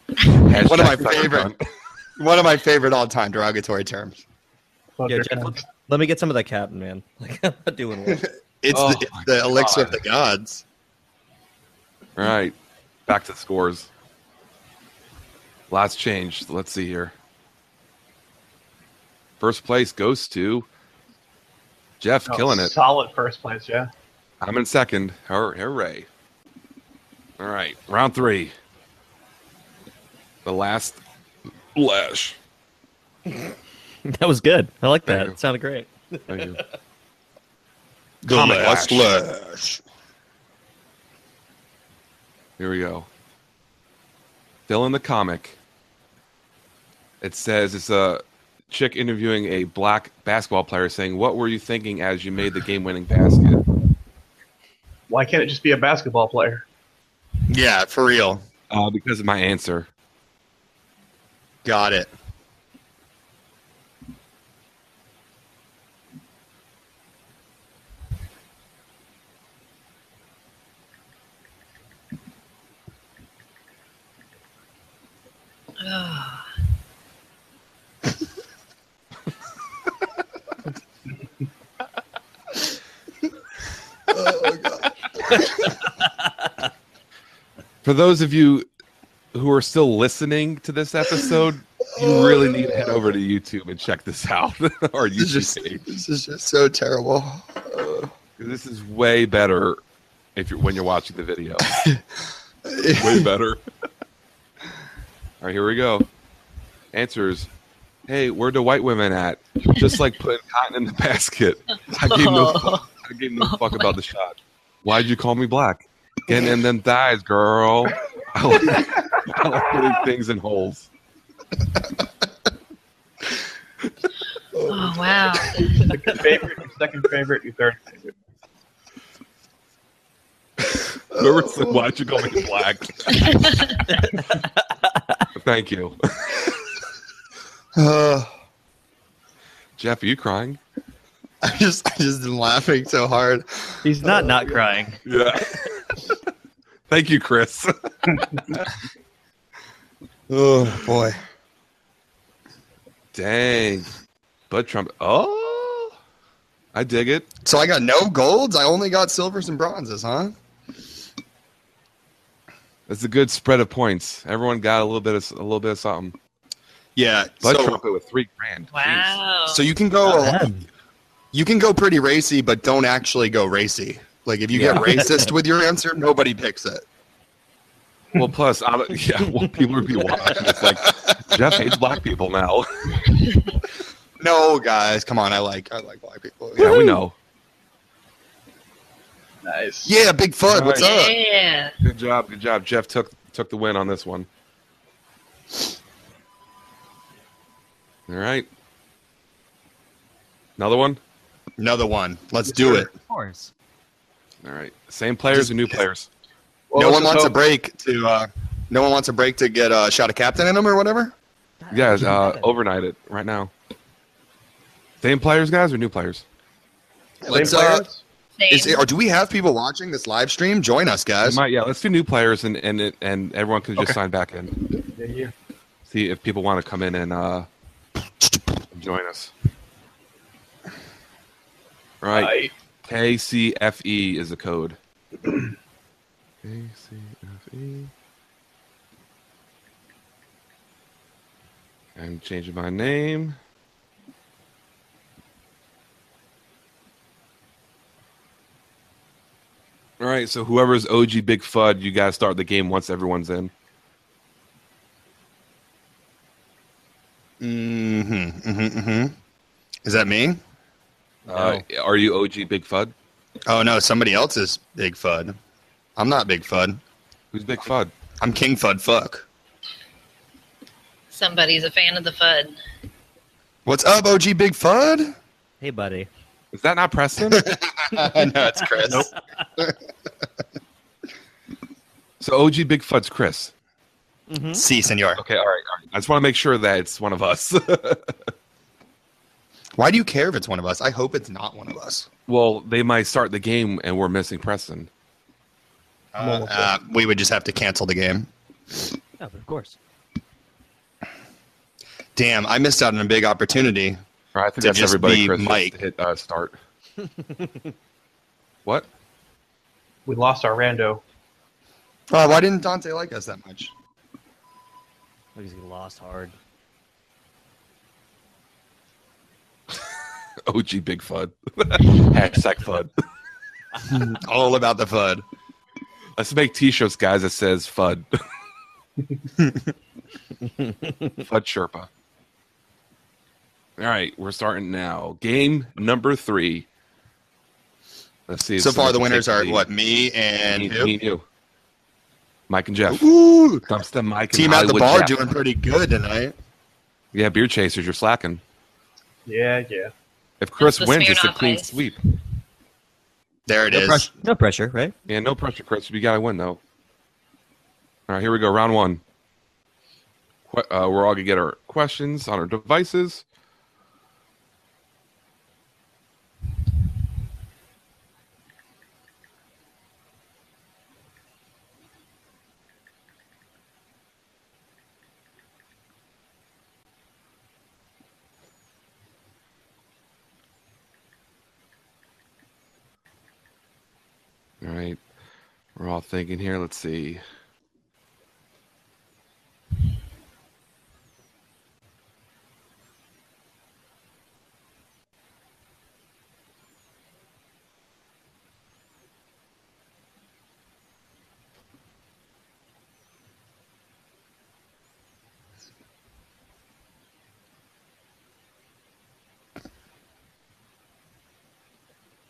Speaker 2: One of my
Speaker 1: Hashtag thunder
Speaker 2: favorite-
Speaker 1: cunt.
Speaker 2: One of my favorite all time derogatory terms.
Speaker 4: fuck
Speaker 6: Yeah,
Speaker 4: your
Speaker 6: Jeff,
Speaker 4: grandma.
Speaker 6: let, let me get some of that captain, man. Like I'm not doing well.
Speaker 2: It's
Speaker 1: Oh
Speaker 2: the, it's the elixir of the gods.
Speaker 1: All right, back to the scores. Lots changed. Let's see here. First place goes to Jeff,
Speaker 4: Oh,
Speaker 1: killing it.
Speaker 4: Solid first place, yeah.
Speaker 1: I'm in second. Hur- Hooray! All right, round three. The last lash.
Speaker 6: That was good. I like that.
Speaker 1: you.
Speaker 6: It sounded great.
Speaker 1: Thank you. Comic lash.
Speaker 2: lash.
Speaker 1: Here we go. Fill in the comic. It says it's a chick interviewing a black basketball player saying, What were you thinking as you made the game winning basket?
Speaker 4: Why can't it just be a basketball player?
Speaker 2: Yeah, for real.
Speaker 1: Uh, because of my answer.
Speaker 2: Got it.
Speaker 5: Ugh.
Speaker 1: For those of you who are still listening to this episode, you really need to head over to YouTube and check this out. or YouTube
Speaker 2: This is just,
Speaker 1: page.
Speaker 2: this is just so terrible.
Speaker 1: This is way better if you're when you're watching the video. way better. All right, here we go. Answers. Hey, where do white women at? Just like putting cotton in the basket. I gave no fuck. I gave no fuck about the shot. Why'd you call me black? Getting in them thighs, girl. I like, I like putting things in holes.
Speaker 5: Oh wow.
Speaker 4: Your favorite, your second favorite, your third favorite.
Speaker 1: Whoever's like, why'd you call me black? Thank you.
Speaker 2: Uh,
Speaker 1: Jeff, are you crying?
Speaker 2: I just I just been laughing so hard.
Speaker 6: He's not not crying.
Speaker 1: Yeah. Thank you, Chris.
Speaker 2: Oh boy.
Speaker 1: Dang. But Trump. Oh, I dig it.
Speaker 2: So I got no golds. I only got silvers and bronzes, huh?
Speaker 1: That's a good spread of points. Everyone got a little bit of a little bit of something.
Speaker 2: Yeah.
Speaker 1: But
Speaker 2: so,
Speaker 1: Trump it with three grand. Jeez.
Speaker 5: Wow.
Speaker 2: so you can go
Speaker 6: Man.
Speaker 2: you can go pretty racy, but don't actually go racy. Like if you get racist with your answer, nobody picks it.
Speaker 1: Well, plus, I'm, yeah, well, people would be watching. It's like Jeff hates black people now.
Speaker 2: No, guys, come on. I like I like black people.
Speaker 1: yeah, we know.
Speaker 4: Nice.
Speaker 2: Yeah, Big Fun. What's up?
Speaker 5: yeah.
Speaker 1: Good job, good job. Jeff took took the win on this one. All right, another one.
Speaker 2: Another one. Let's do it.
Speaker 6: Of course.
Speaker 1: All right, same players and new players.
Speaker 4: Well,
Speaker 2: no
Speaker 4: let's
Speaker 2: one
Speaker 4: just
Speaker 2: wants a
Speaker 4: hope-
Speaker 2: break to. Uh, no one wants a break to get a shot of captain in them or whatever.
Speaker 1: Yeah, uh, overnight it right now. Same players, guys, or new players?
Speaker 4: Same
Speaker 2: Let's, uh,
Speaker 4: players?
Speaker 5: Same.
Speaker 2: is it, or do we have people watching this live stream? Join us, guys.
Speaker 1: Might, yeah, let's do new players, and and it, and everyone can just
Speaker 4: Okay.
Speaker 1: sign back in.
Speaker 4: Yeah, yeah.
Speaker 1: See if people want to come in and uh, join us. All right.
Speaker 4: Aye.
Speaker 1: KCFE E is the code. KCFE. I'm changing my name. All right, so whoever's OG Big Fud, you guys start the game once everyone's in.
Speaker 2: hmm hmm hmm Is that me?
Speaker 1: Uh, are you OG Big Fud?
Speaker 2: Oh no, somebody else is Big Fud. I'm not Big Fud.
Speaker 1: Who's Big Fud?
Speaker 2: I'm King Fud. Fuck.
Speaker 5: Somebody's a fan of the FUD.
Speaker 2: What's up, OG Big Fud?
Speaker 6: Hey, buddy.
Speaker 1: Is that not Preston?
Speaker 2: no, it's Chris.
Speaker 1: so OG Big Fud's Chris.
Speaker 2: See, senor.
Speaker 1: Okay, all right, all right. I just want to make sure that it's one of us.
Speaker 2: Why do you care if it's one of us? I hope it's not one of us.
Speaker 1: well, they might start the game and we're missing Preston.
Speaker 2: Uh, uh, we would just have to cancel the game.
Speaker 6: Yeah, but of course.
Speaker 2: Damn, I missed out on a big opportunity.
Speaker 1: All right, I think
Speaker 2: To
Speaker 1: that's
Speaker 2: just
Speaker 1: everybody.
Speaker 2: be
Speaker 1: Chris just
Speaker 2: Mike.
Speaker 1: hit uh, start. what?
Speaker 4: We lost our rando.
Speaker 2: Oh, why didn't Dante like us that much?
Speaker 6: Look, he's lost hard.
Speaker 1: OG Big Fud. Hashtag Fud.
Speaker 2: All about the FUD.
Speaker 1: Let's make T-shirts, guys. That says Fud. Fud Sherpa. All right, we're starting now. Game number three. Let's see.
Speaker 2: So far, the winners are
Speaker 1: Take the-
Speaker 2: what? Me and
Speaker 1: me, me
Speaker 2: who?
Speaker 1: and you, Mike and Jeff.
Speaker 2: Ooh,
Speaker 1: Dumpster Mike and
Speaker 2: team at the
Speaker 1: Hollywood
Speaker 2: bar
Speaker 1: Jeff.
Speaker 2: doing pretty good tonight.
Speaker 1: Yeah, beer chasers, you're slacking.
Speaker 4: Yeah, yeah.
Speaker 1: If Chris
Speaker 5: the
Speaker 1: wins, it's a
Speaker 5: Smirnoff
Speaker 1: clean
Speaker 5: Ice.
Speaker 1: sweep.
Speaker 2: There it
Speaker 6: no
Speaker 2: is.
Speaker 6: pressure. No pressure, right?
Speaker 1: Yeah, no pressure, Chris. You gotta win though. All right, here we go. Round one. Que- uh, we're all gonna get our questions on our devices. All right, we're all thinking here. Let's see.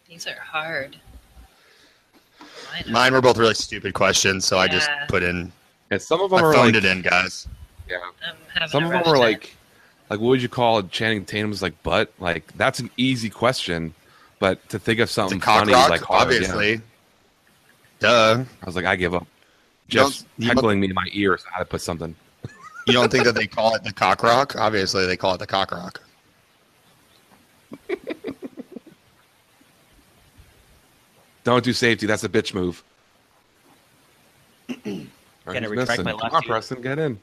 Speaker 5: These are hard. Mine are-
Speaker 2: Mine were both really stupid questions, so I just
Speaker 5: Yeah.
Speaker 2: put in.
Speaker 1: And some of
Speaker 2: I
Speaker 1: them are
Speaker 2: phoned
Speaker 1: like,
Speaker 2: it in, guys.
Speaker 1: yeah,
Speaker 5: I'm having
Speaker 1: some
Speaker 5: a
Speaker 1: of them
Speaker 5: rough
Speaker 1: are
Speaker 5: time.
Speaker 1: like, like what would you call Channing Tatum's like butt? Like that's an easy question, but to think of
Speaker 2: It's a
Speaker 1: something
Speaker 2: cock
Speaker 1: funny
Speaker 2: rock,
Speaker 1: like hard, yeah.
Speaker 2: obviously. Duh.
Speaker 1: I was like, I give up.
Speaker 2: You don't-
Speaker 1: Just
Speaker 2: you mu-
Speaker 1: heckling me in my ears how to put something.
Speaker 2: You don't think that they call it the cock rock? Obviously, they call it the cock rock.
Speaker 1: Don't do safety. That's a bitch move. Or
Speaker 6: Gotta
Speaker 1: he's
Speaker 6: retract
Speaker 1: missing.
Speaker 6: my
Speaker 1: Come
Speaker 6: last
Speaker 1: on,
Speaker 6: two.
Speaker 1: Preston, get in.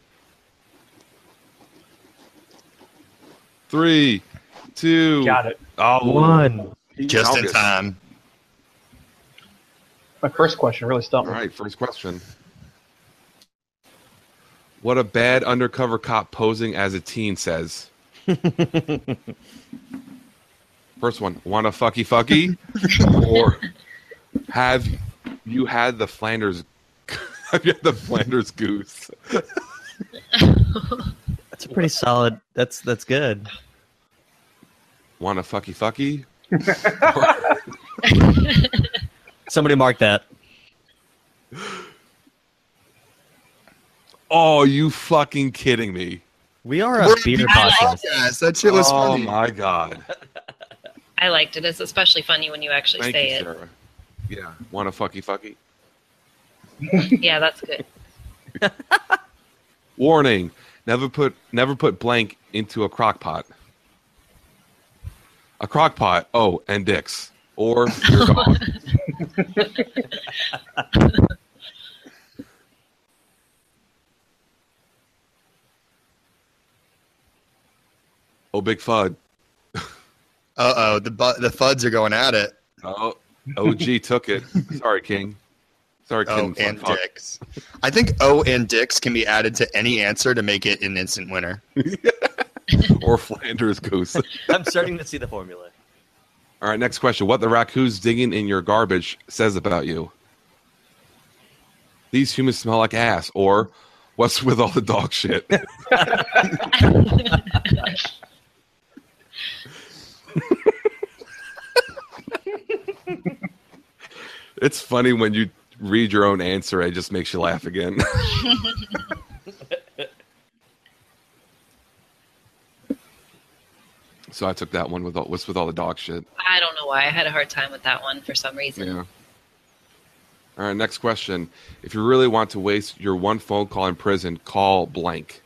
Speaker 1: Three, two,
Speaker 4: Got it.
Speaker 1: oh,
Speaker 3: One.
Speaker 1: Pete
Speaker 2: Just in
Speaker 1: Malgus.
Speaker 2: time.
Speaker 4: My first question really
Speaker 1: All
Speaker 4: stumped me.
Speaker 1: right, first question. What a bad undercover cop posing as a teen says. first one, wanna fucky fucky? or have you had the Flanders have you had the Flanders goose?
Speaker 6: That's a pretty solid. That's that's good.
Speaker 1: Wanna fucky fucky?
Speaker 6: Somebody mark that.
Speaker 1: Oh, you fucking kidding me.
Speaker 6: We are a
Speaker 2: We're
Speaker 6: beer
Speaker 2: deep
Speaker 6: podcast.
Speaker 2: podcast. That shit was
Speaker 1: oh
Speaker 2: funny.
Speaker 1: my god.
Speaker 5: I liked it. It's especially funny when you actually
Speaker 1: Thank
Speaker 5: say
Speaker 1: you,
Speaker 5: it.
Speaker 1: Sarah. Yeah, wanna fucky fucky?
Speaker 5: Yeah, that's good.
Speaker 1: Warning: Never put never put blank into a crock pot. A crock pot. Oh, and dicks or your dog. oh, big fud.
Speaker 2: Uh oh, the bu- the fuds are going at it.
Speaker 1: Oh, OG took it. Sorry, King. Sorry,
Speaker 2: Oh,
Speaker 1: King.
Speaker 2: and
Speaker 1: Fuck.
Speaker 2: dicks. I think O and dicks can be added to any answer to make it an instant winner.
Speaker 1: Or Flanders goose.
Speaker 6: I'm starting to see the formula.
Speaker 1: All right, next question. What the raccoons digging in your garbage says about you? These humans smell like ass, or what's with all the dog shit? it's funny when you read your own answer, it just makes you laugh again. so I took that one with all, what's with all the dog shit.
Speaker 5: I don't know why. I had a hard time with that one for some reason.
Speaker 1: Yeah. All right, next question. If you really want to waste your one phone call in prison, call blank.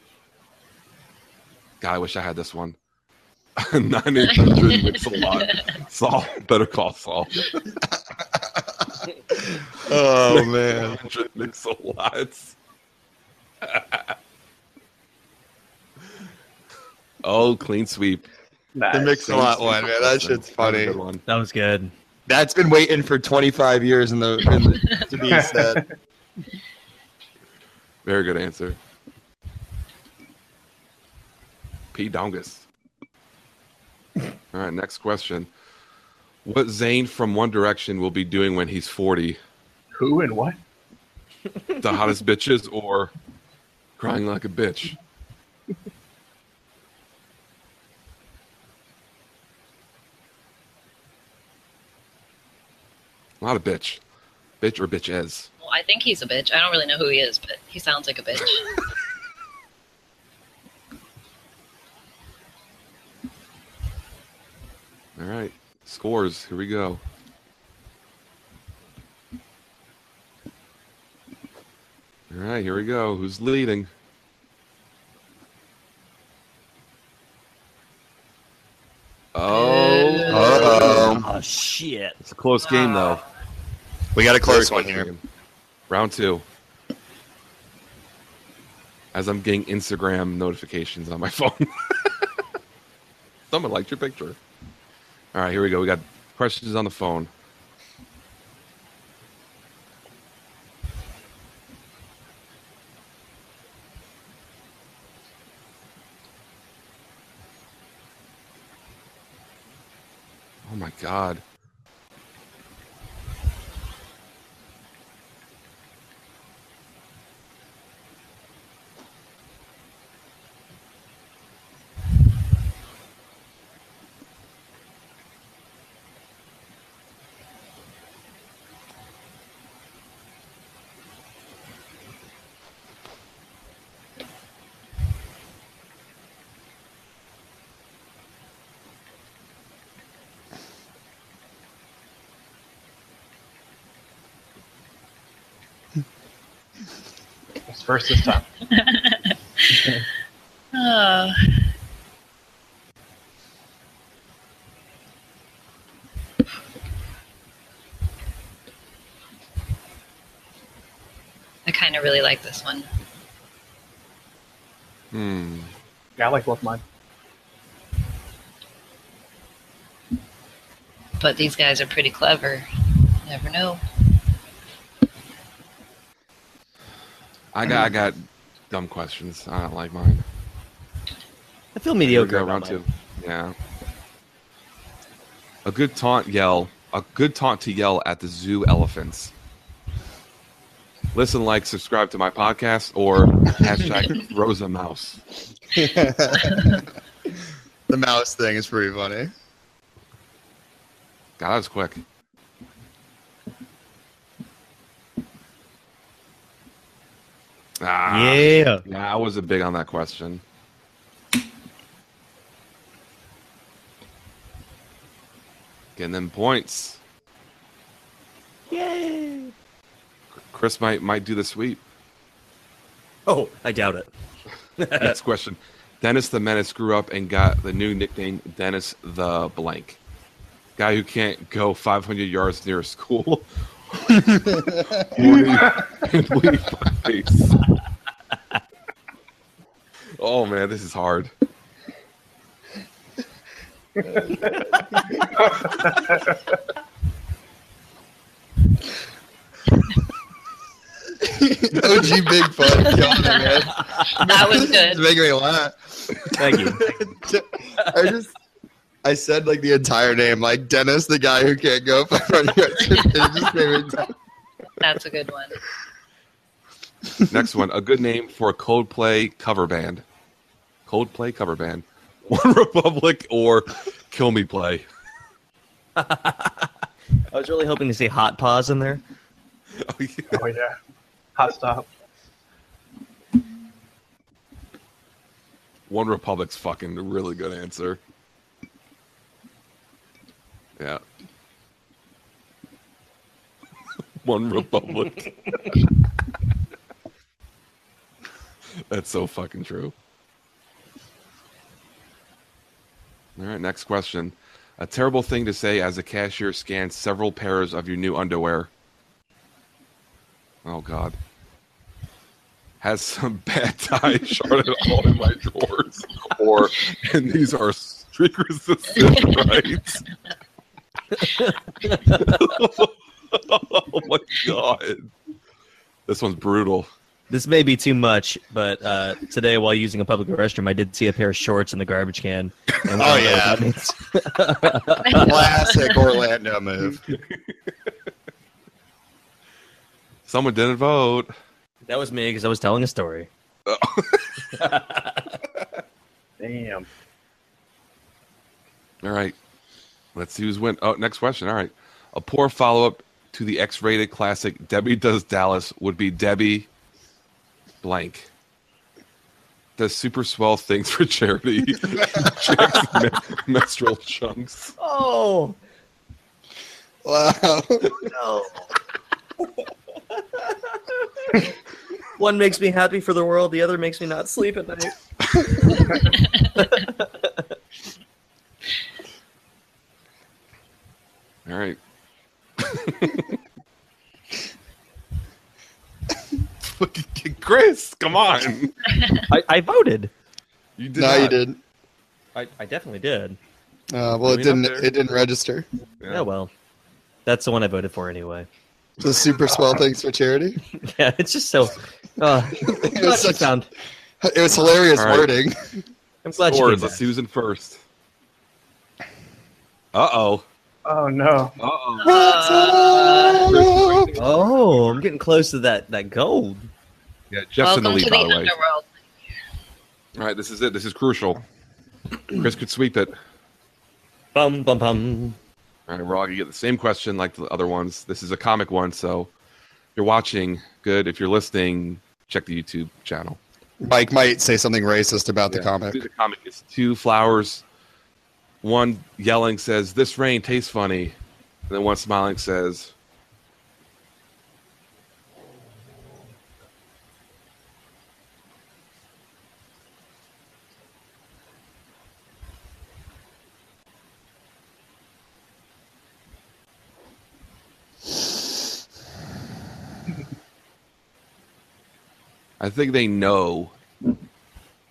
Speaker 1: God, I wish I had this one. 9 800 makes a lot. Saul, better call Saul.
Speaker 2: Oh man.
Speaker 1: 900 makes a lot. oh, clean sweep.
Speaker 4: Nice.
Speaker 2: The mix a lot one, man. That shit's funny.
Speaker 1: Good one.
Speaker 6: That was good.
Speaker 2: That's been waiting for 25 years in the, in the to be said.
Speaker 1: Very good answer. P. Dongus. All right, next question. What Zayn from One Direction will be doing when he's 40?
Speaker 4: Who and what?
Speaker 1: The hottest bitches or crying like a bitch? Not a bitch. Bitch or bitches.
Speaker 5: Well, I think he's a bitch. I don't really know who he is, but he sounds like a bitch.
Speaker 1: All right. Scores. Here we go. All right. Here we go. Who's leading? Oh.
Speaker 2: Uh-oh.
Speaker 6: oh shit!
Speaker 1: It's a close game, though.
Speaker 2: We got a close
Speaker 1: Very
Speaker 2: one here.
Speaker 1: game. Round two. As I'm getting Instagram notifications on my phone. Someone liked your picture. All right, here we go. We got questions on the phone. Oh my god.
Speaker 4: It's first this time.
Speaker 5: Oh. I kind of really like this one.
Speaker 1: Hmm.
Speaker 4: Yeah, I like both mine.
Speaker 5: But these guys are pretty clever. Never know.
Speaker 1: I got I got dumb questions. I don't like mine.
Speaker 6: I
Speaker 1: Here
Speaker 6: feel
Speaker 1: we
Speaker 6: mediocre.
Speaker 1: go,
Speaker 6: about
Speaker 1: round
Speaker 6: mine.
Speaker 1: two. Yeah. A good taunt yell. A good taunt to yell at the zoo elephants. Listen, like, subscribe to my podcast or hashtag Rosa Mouse.
Speaker 2: the mouse thing is pretty funny.
Speaker 1: God, that was quick. Ah,
Speaker 6: Yeah.
Speaker 1: yeah, I wasn't big on that question. Getting them points.
Speaker 6: Yay.
Speaker 1: Chris might might do the sweep.
Speaker 6: Oh, I doubt it.
Speaker 1: Next question. Dennis the Menace grew up and got the new nickname Dennis the Blank. Guy who can't go 500 yards near a school. Horny and leave my face. Oh man, this is hard.
Speaker 2: OG Big Fun. Killing it, man.
Speaker 5: That was
Speaker 2: It's
Speaker 5: good.
Speaker 2: making me laugh.
Speaker 6: Thank you.
Speaker 2: I just, I said like the entire name, like Dennis, the guy who can't go. in front of you. It just made me die.
Speaker 5: That's a good one.
Speaker 1: Next one, a good name for a Coldplay cover band. Coldplay cover band. One Republic or Kill Me Play.
Speaker 6: I was really hoping to see hot paws in there.
Speaker 1: Oh, yeah.
Speaker 4: Oh yeah, hot stop.
Speaker 1: One Republic's fucking a really good answer. Yeah. One Republic. That's so fucking true. All right, next question. A terrible thing to say as a cashier scans several pairs of your new underwear. Oh, God. Has some bad dye sharded all in my drawers. Or, and these are streak resistant, right? oh, my God. This one's brutal.
Speaker 6: This may be too much, but uh, today while using a public restroom, I did see a pair of shorts in the garbage can. And
Speaker 2: Oh,
Speaker 6: I don't know what
Speaker 2: yeah.
Speaker 6: that means.
Speaker 5: Uh,
Speaker 2: Classic Orlando move.
Speaker 1: Someone didn't vote.
Speaker 6: that was me because I was telling a story.
Speaker 4: Damn.
Speaker 1: All right. Let's see who's win. Oh, next question. All right. A poor follow up to the X rated classic Debbie Does Dallas would be Debbie blank. Does super swell things for charity. Checks me- menstrual chunks.
Speaker 6: Oh
Speaker 2: Wow.
Speaker 6: no! One makes me happy for the world, the other makes me not sleep at night.
Speaker 1: All right. Fucking Chris, come on.
Speaker 6: I, I voted.
Speaker 1: You did
Speaker 2: No, you
Speaker 1: not.
Speaker 2: didn't.
Speaker 6: I, I definitely did.
Speaker 2: Uh, well,
Speaker 1: Coming
Speaker 2: it
Speaker 1: up
Speaker 2: didn't.
Speaker 1: there.
Speaker 2: It didn't register.
Speaker 1: Yeah.
Speaker 6: Oh well, that's the one I voted for anyway.
Speaker 2: The super swell things for charity.
Speaker 6: Yeah, it's just so. Uh, I'm glad you
Speaker 2: such-
Speaker 6: found.
Speaker 2: It was hilarious
Speaker 1: All right.
Speaker 2: wording.
Speaker 6: I'm glad you
Speaker 1: Scores.
Speaker 6: did
Speaker 1: Let's
Speaker 6: that.
Speaker 1: see who's in first. Uh oh.
Speaker 4: Oh no.
Speaker 1: Uh oh.
Speaker 5: Uh,
Speaker 6: Oh, I'm getting close to that that gold.
Speaker 1: Yeah, Jeff's in the
Speaker 5: Welcome
Speaker 1: lead,
Speaker 5: to the
Speaker 1: by the way.
Speaker 5: underworld.
Speaker 1: All right, this is it. This is crucial. Chris could sweep it.
Speaker 6: Bum bum bum.
Speaker 1: All right, Rog, you get the same question like the other ones. This is a comic one, so if you're watching. Good. If you're listening, check the YouTube channel.
Speaker 2: Mike might say something racist about the
Speaker 1: Yeah.
Speaker 2: comic.
Speaker 1: The comic is two flowers. One yelling says, "This rain tastes funny," and then one smiling says, I think they know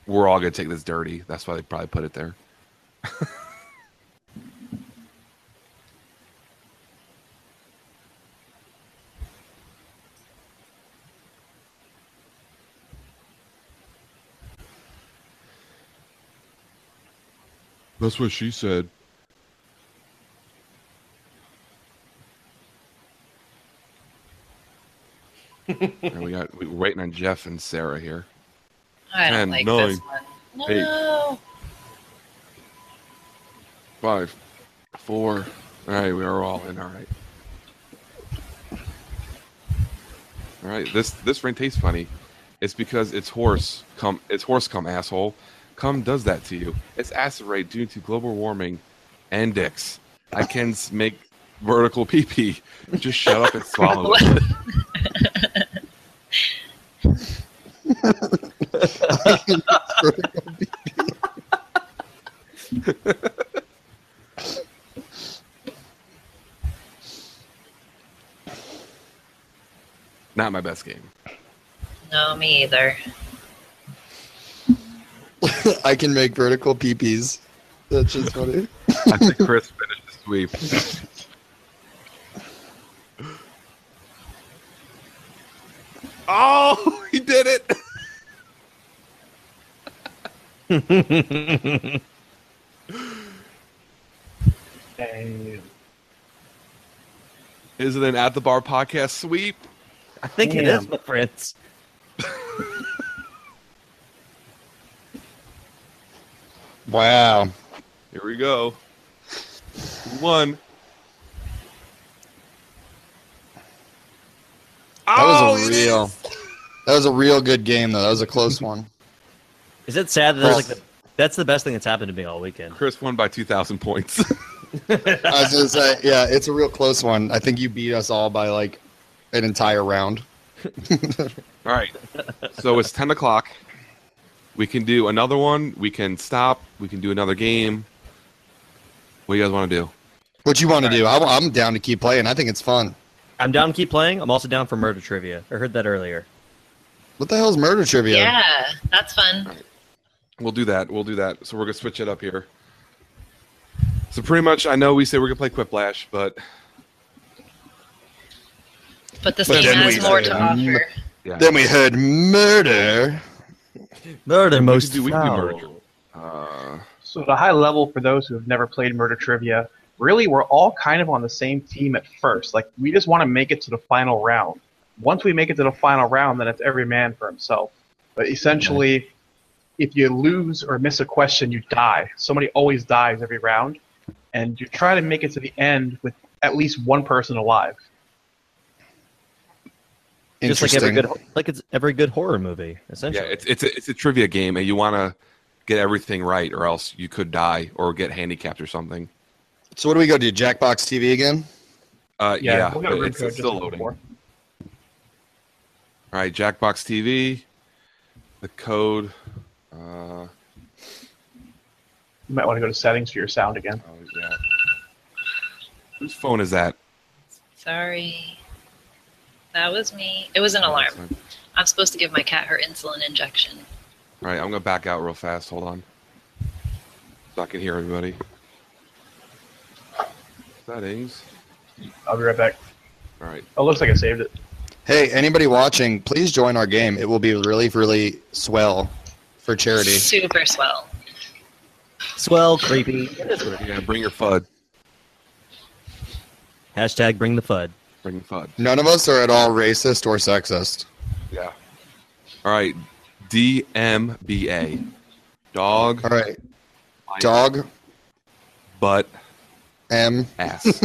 Speaker 1: we're all gonna take this dirty. That's why they probably put it there.
Speaker 7: That's what she said.
Speaker 1: And we got we're waiting on Jeff and Sarah here.
Speaker 5: I don't
Speaker 1: Ten,
Speaker 5: like
Speaker 1: nine,
Speaker 5: this one. No.
Speaker 1: Five, four. All right, we are all in. All right. All right. This this ring tastes funny. It's because it's horse cum. It's horse cum, asshole. Cum does that to you. It's acid rain due to global warming, and dicks. I can s- make vertical pee pee. Just shut up and
Speaker 2: Oh.
Speaker 1: swallow it. Not my best game.
Speaker 5: No, me either.
Speaker 2: I can make vertical peepees. That's just funny.
Speaker 1: I think Chris finished the sweep. oh, he did it!
Speaker 4: Damn.
Speaker 1: Is it an at the bar podcast sweep?
Speaker 6: I think it
Speaker 4: Damn.
Speaker 6: is, my friends.
Speaker 2: Wow.
Speaker 1: Here we go. One.
Speaker 2: That was a real. That was a real good game though. That was a close one.
Speaker 6: Is it sad that that's like
Speaker 2: Chris.
Speaker 6: the, that's the best thing that's happened to me all weekend?
Speaker 1: Chris won by two thousand points.
Speaker 2: I was gonna say, yeah, it's a real close one. I think you beat us all by like an entire round.
Speaker 1: All right. So it's ten o'clock. We can do another one. We can stop. We can do another game. What do you guys want to do?
Speaker 2: What you want to do? I, am down to keep playing. I think it's fun.
Speaker 6: I'm down to keep playing. I'm also down for murder trivia. I heard that earlier.
Speaker 2: What the hell's murder trivia?
Speaker 5: Yeah, that's fun.
Speaker 1: We'll do that. We'll do that. So we're gonna switch it up here. So pretty much, I know we say we're gonna play Quiplash, but
Speaker 5: But this
Speaker 2: But
Speaker 5: game
Speaker 2: then
Speaker 5: has
Speaker 2: we-
Speaker 5: more to
Speaker 2: um,
Speaker 5: offer.
Speaker 1: yeah,
Speaker 2: Then we heard murder.
Speaker 6: Murder
Speaker 1: most
Speaker 6: most
Speaker 1: do- we can do foul.
Speaker 6: murder.
Speaker 1: murder. uh,
Speaker 4: So at a high level, for those who have never played murder trivia, really we're all kind of on the same team at first. Like we just want to make it to the final round. Once we make it to the final round, then it's every man for himself. But essentially, if you lose or miss a question, you die. Somebody always dies every round, and you try to make it to the end with at least one person alive.
Speaker 6: Just like every
Speaker 2: Interesting.
Speaker 6: good, like it's every good horror movie.
Speaker 1: yeah,
Speaker 6: Essentially,
Speaker 1: it's it's a, it's a trivia game, and you want to get everything right, or else you could die or get handicapped or something.
Speaker 2: so what do we go do? Jackbox TV again?
Speaker 1: Uh, yeah,
Speaker 4: we'll get
Speaker 1: but
Speaker 4: room
Speaker 1: it's,
Speaker 4: code
Speaker 1: it's
Speaker 4: just
Speaker 1: still
Speaker 4: like
Speaker 1: loading.
Speaker 4: before.
Speaker 1: All right, Jackbox TV. The code. Uh,
Speaker 4: You might want to go to settings for your sound again.
Speaker 1: oh, yeah. Whose phone is that?
Speaker 5: Sorry. That was me. It was an alarm.
Speaker 1: All
Speaker 5: I'm supposed to give my cat her insulin injection.
Speaker 1: right, I'm gonna back out real fast. Hold on, so I can hear everybody. Settings.
Speaker 4: I'll be right back.
Speaker 1: All right.
Speaker 4: Oh, looks like I saved it.
Speaker 2: Hey, anybody watching, please join our game. It will be really, really swell for charity.
Speaker 5: Super swell.
Speaker 6: swell, creepy.
Speaker 1: Yeah, bring your FUD.
Speaker 6: Hashtag bring the fud.
Speaker 1: Bring the FUD.
Speaker 2: None of us are at all racist or sexist.
Speaker 1: Yeah. All right. DMBA. Dog,
Speaker 2: All right. Dog
Speaker 1: butt,
Speaker 2: M.
Speaker 1: ass.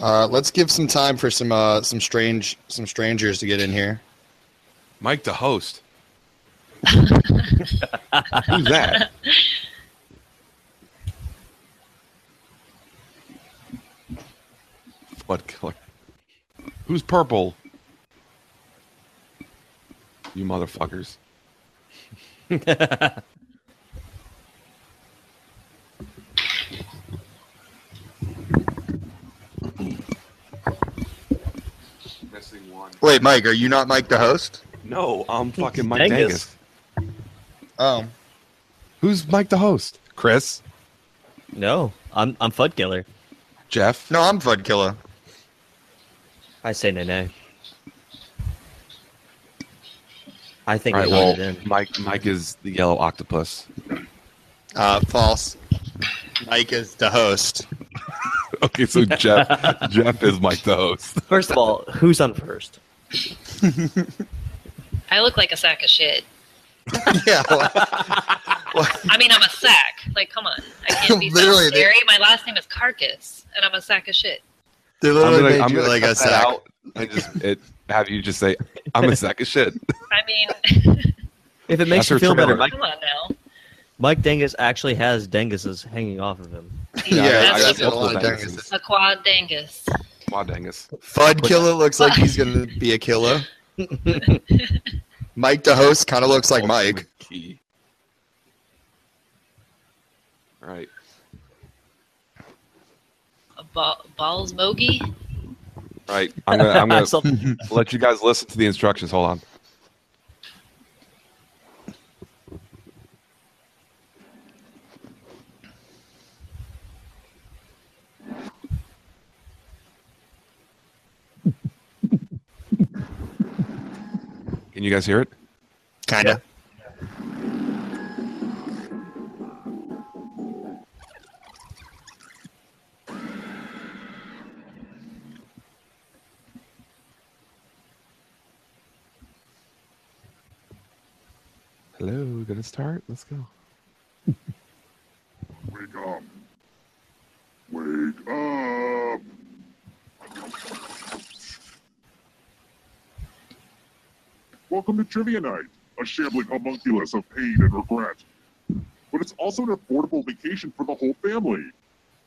Speaker 2: Uh, let's give some time for some uh, some strange some strangers to get in here.
Speaker 1: Mike, the host. Who's that? What color? Who's purple? You motherfuckers.
Speaker 2: Wait, Mike, are you not Mike the host?
Speaker 1: No, I'm fucking Mike Dangus.
Speaker 6: Dangus.
Speaker 2: Oh,
Speaker 1: Who's Mike the host? Chris,
Speaker 6: No, I'm I'm Fud Killer.
Speaker 1: Jeff.
Speaker 2: no, I'm Fud Killer.
Speaker 6: I say nay nay. I think
Speaker 1: All
Speaker 6: we
Speaker 1: right,
Speaker 6: voted
Speaker 1: well,
Speaker 6: in.
Speaker 1: Mike. Mike is the yellow octopus.
Speaker 2: Uh, false. Mike is the host.
Speaker 1: Okay, so Jeff. Jeff is Mike the host.
Speaker 6: First of all, who's on first?
Speaker 5: I look like a sack of shit.
Speaker 2: yeah. well,
Speaker 5: I mean, I'm a sack. Like, come on. I can't be so
Speaker 2: Literally, they-
Speaker 5: scary. My last name is Carcass, and I'm a sack of shit.
Speaker 2: they
Speaker 1: I'm
Speaker 2: literally
Speaker 1: gonna- I'm
Speaker 2: made you
Speaker 1: gonna
Speaker 2: like a
Speaker 1: cut that
Speaker 2: sack.
Speaker 1: out and just it, have you just say, "I'm a sack of shit."
Speaker 5: I mean,
Speaker 6: If it makes
Speaker 1: After
Speaker 6: you feel better,
Speaker 1: trailer.
Speaker 6: Mike,
Speaker 5: come on now.
Speaker 6: Mike Dangus actually has Danguses hanging off of him.
Speaker 2: Yeah,
Speaker 5: that's
Speaker 2: I
Speaker 5: just
Speaker 2: got a lot of
Speaker 1: multiple
Speaker 2: danguses.
Speaker 5: a quad dangus.
Speaker 1: Wow, dangus.
Speaker 2: Fud Killer looks like he's gonna be a killer. Mike the host kind of looks like Mike.
Speaker 1: Key. All right.
Speaker 5: A ball, balls mogi.
Speaker 1: All right. I'm gonna, I'm gonna
Speaker 6: Something-
Speaker 1: let you guys listen to the instructions. Hold on. Can you guys hear it?
Speaker 2: Kinda.
Speaker 1: Hello, we're gonna start. Let's go.
Speaker 8: Wake up. Wake up. Welcome to Trivia Night, a shambling homunculus of pain and regret. But it's also an affordable vacation for the whole family,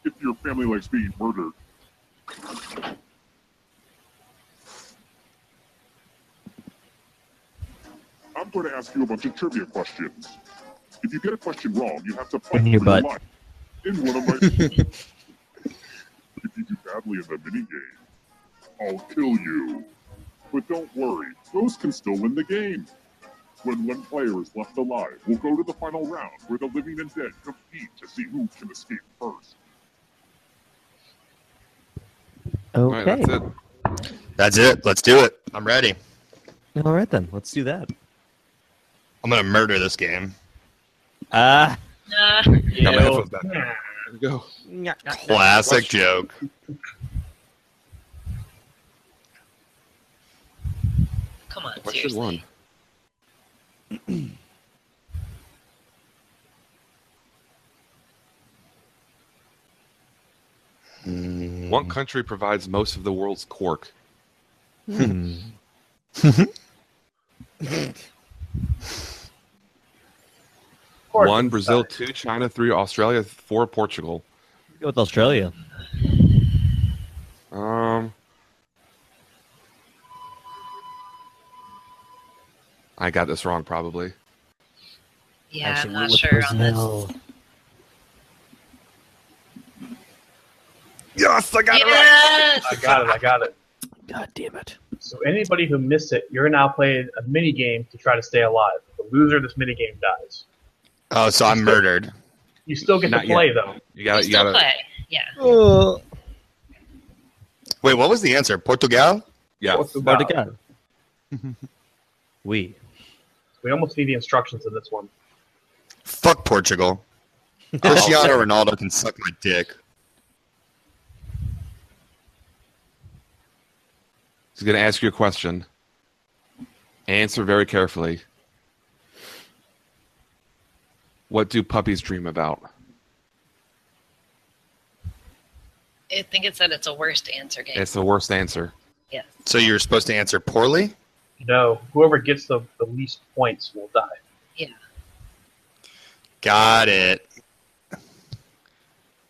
Speaker 8: if your family likes being murdered. I'm going to ask you a bunch of trivia questions. If you get a question wrong, you have to fight
Speaker 6: In your
Speaker 8: for your
Speaker 6: butt.
Speaker 8: life in one of my. if you do badly in the minigame, I'll kill you. But don't worry, ghosts can still win the game. When one player is left alive, we'll go to the final round where the living and dead compete to see who can escape first.
Speaker 1: All right,
Speaker 6: okay.
Speaker 1: that's it.
Speaker 2: That's it. Let's do it. I'm ready.
Speaker 6: All right then, let's do that.
Speaker 2: I'm gonna murder this game.
Speaker 6: Ah,
Speaker 5: Uh,
Speaker 1: Got my headphones back.
Speaker 4: Yeah.
Speaker 1: There we go.
Speaker 2: Classic joke.
Speaker 5: come on,
Speaker 1: Question
Speaker 5: seriously.
Speaker 1: one. Hmm. What country provides most of the world's cork?
Speaker 6: hmm.
Speaker 4: Cork.
Speaker 1: One, Brazil. Two, China. Three, Australia. Four, Portugal.
Speaker 6: go with Australia.
Speaker 1: Um, I got this wrong, probably.
Speaker 5: Yeah,
Speaker 6: Actually,
Speaker 5: I'm
Speaker 6: we're
Speaker 5: not
Speaker 6: with
Speaker 5: sure on this.
Speaker 6: Brazil.
Speaker 1: Yes, I got it right.
Speaker 5: Yes!
Speaker 4: I got it. I got it.
Speaker 6: God damn it!
Speaker 4: So anybody who missed it, you're now playing a mini game to try to stay alive. The loser of this mini game dies.
Speaker 2: Oh, so I'm murdered.
Speaker 4: You still get
Speaker 1: Not
Speaker 4: to
Speaker 1: yet.
Speaker 4: play though.
Speaker 1: You got
Speaker 5: You
Speaker 1: it. You
Speaker 5: still
Speaker 1: got it.
Speaker 5: play. Yeah.
Speaker 9: Oh.
Speaker 2: Wait, what was the answer? Portugal?
Speaker 1: Yeah.
Speaker 4: What's the
Speaker 6: Where to
Speaker 4: value?
Speaker 6: go? We.
Speaker 4: We almost need the instructions in this one.
Speaker 2: Fuck Portugal. Cristiano Ronaldo can suck my dick.
Speaker 1: He's going to ask you a question. Answer very carefully. What do puppies dream about?
Speaker 5: I think it said it's a worst answer game.
Speaker 1: It's the worst answer.
Speaker 5: Yes.
Speaker 2: So you're supposed to answer poorly?
Speaker 4: No, whoever gets the, the least points will die.
Speaker 2: Got it.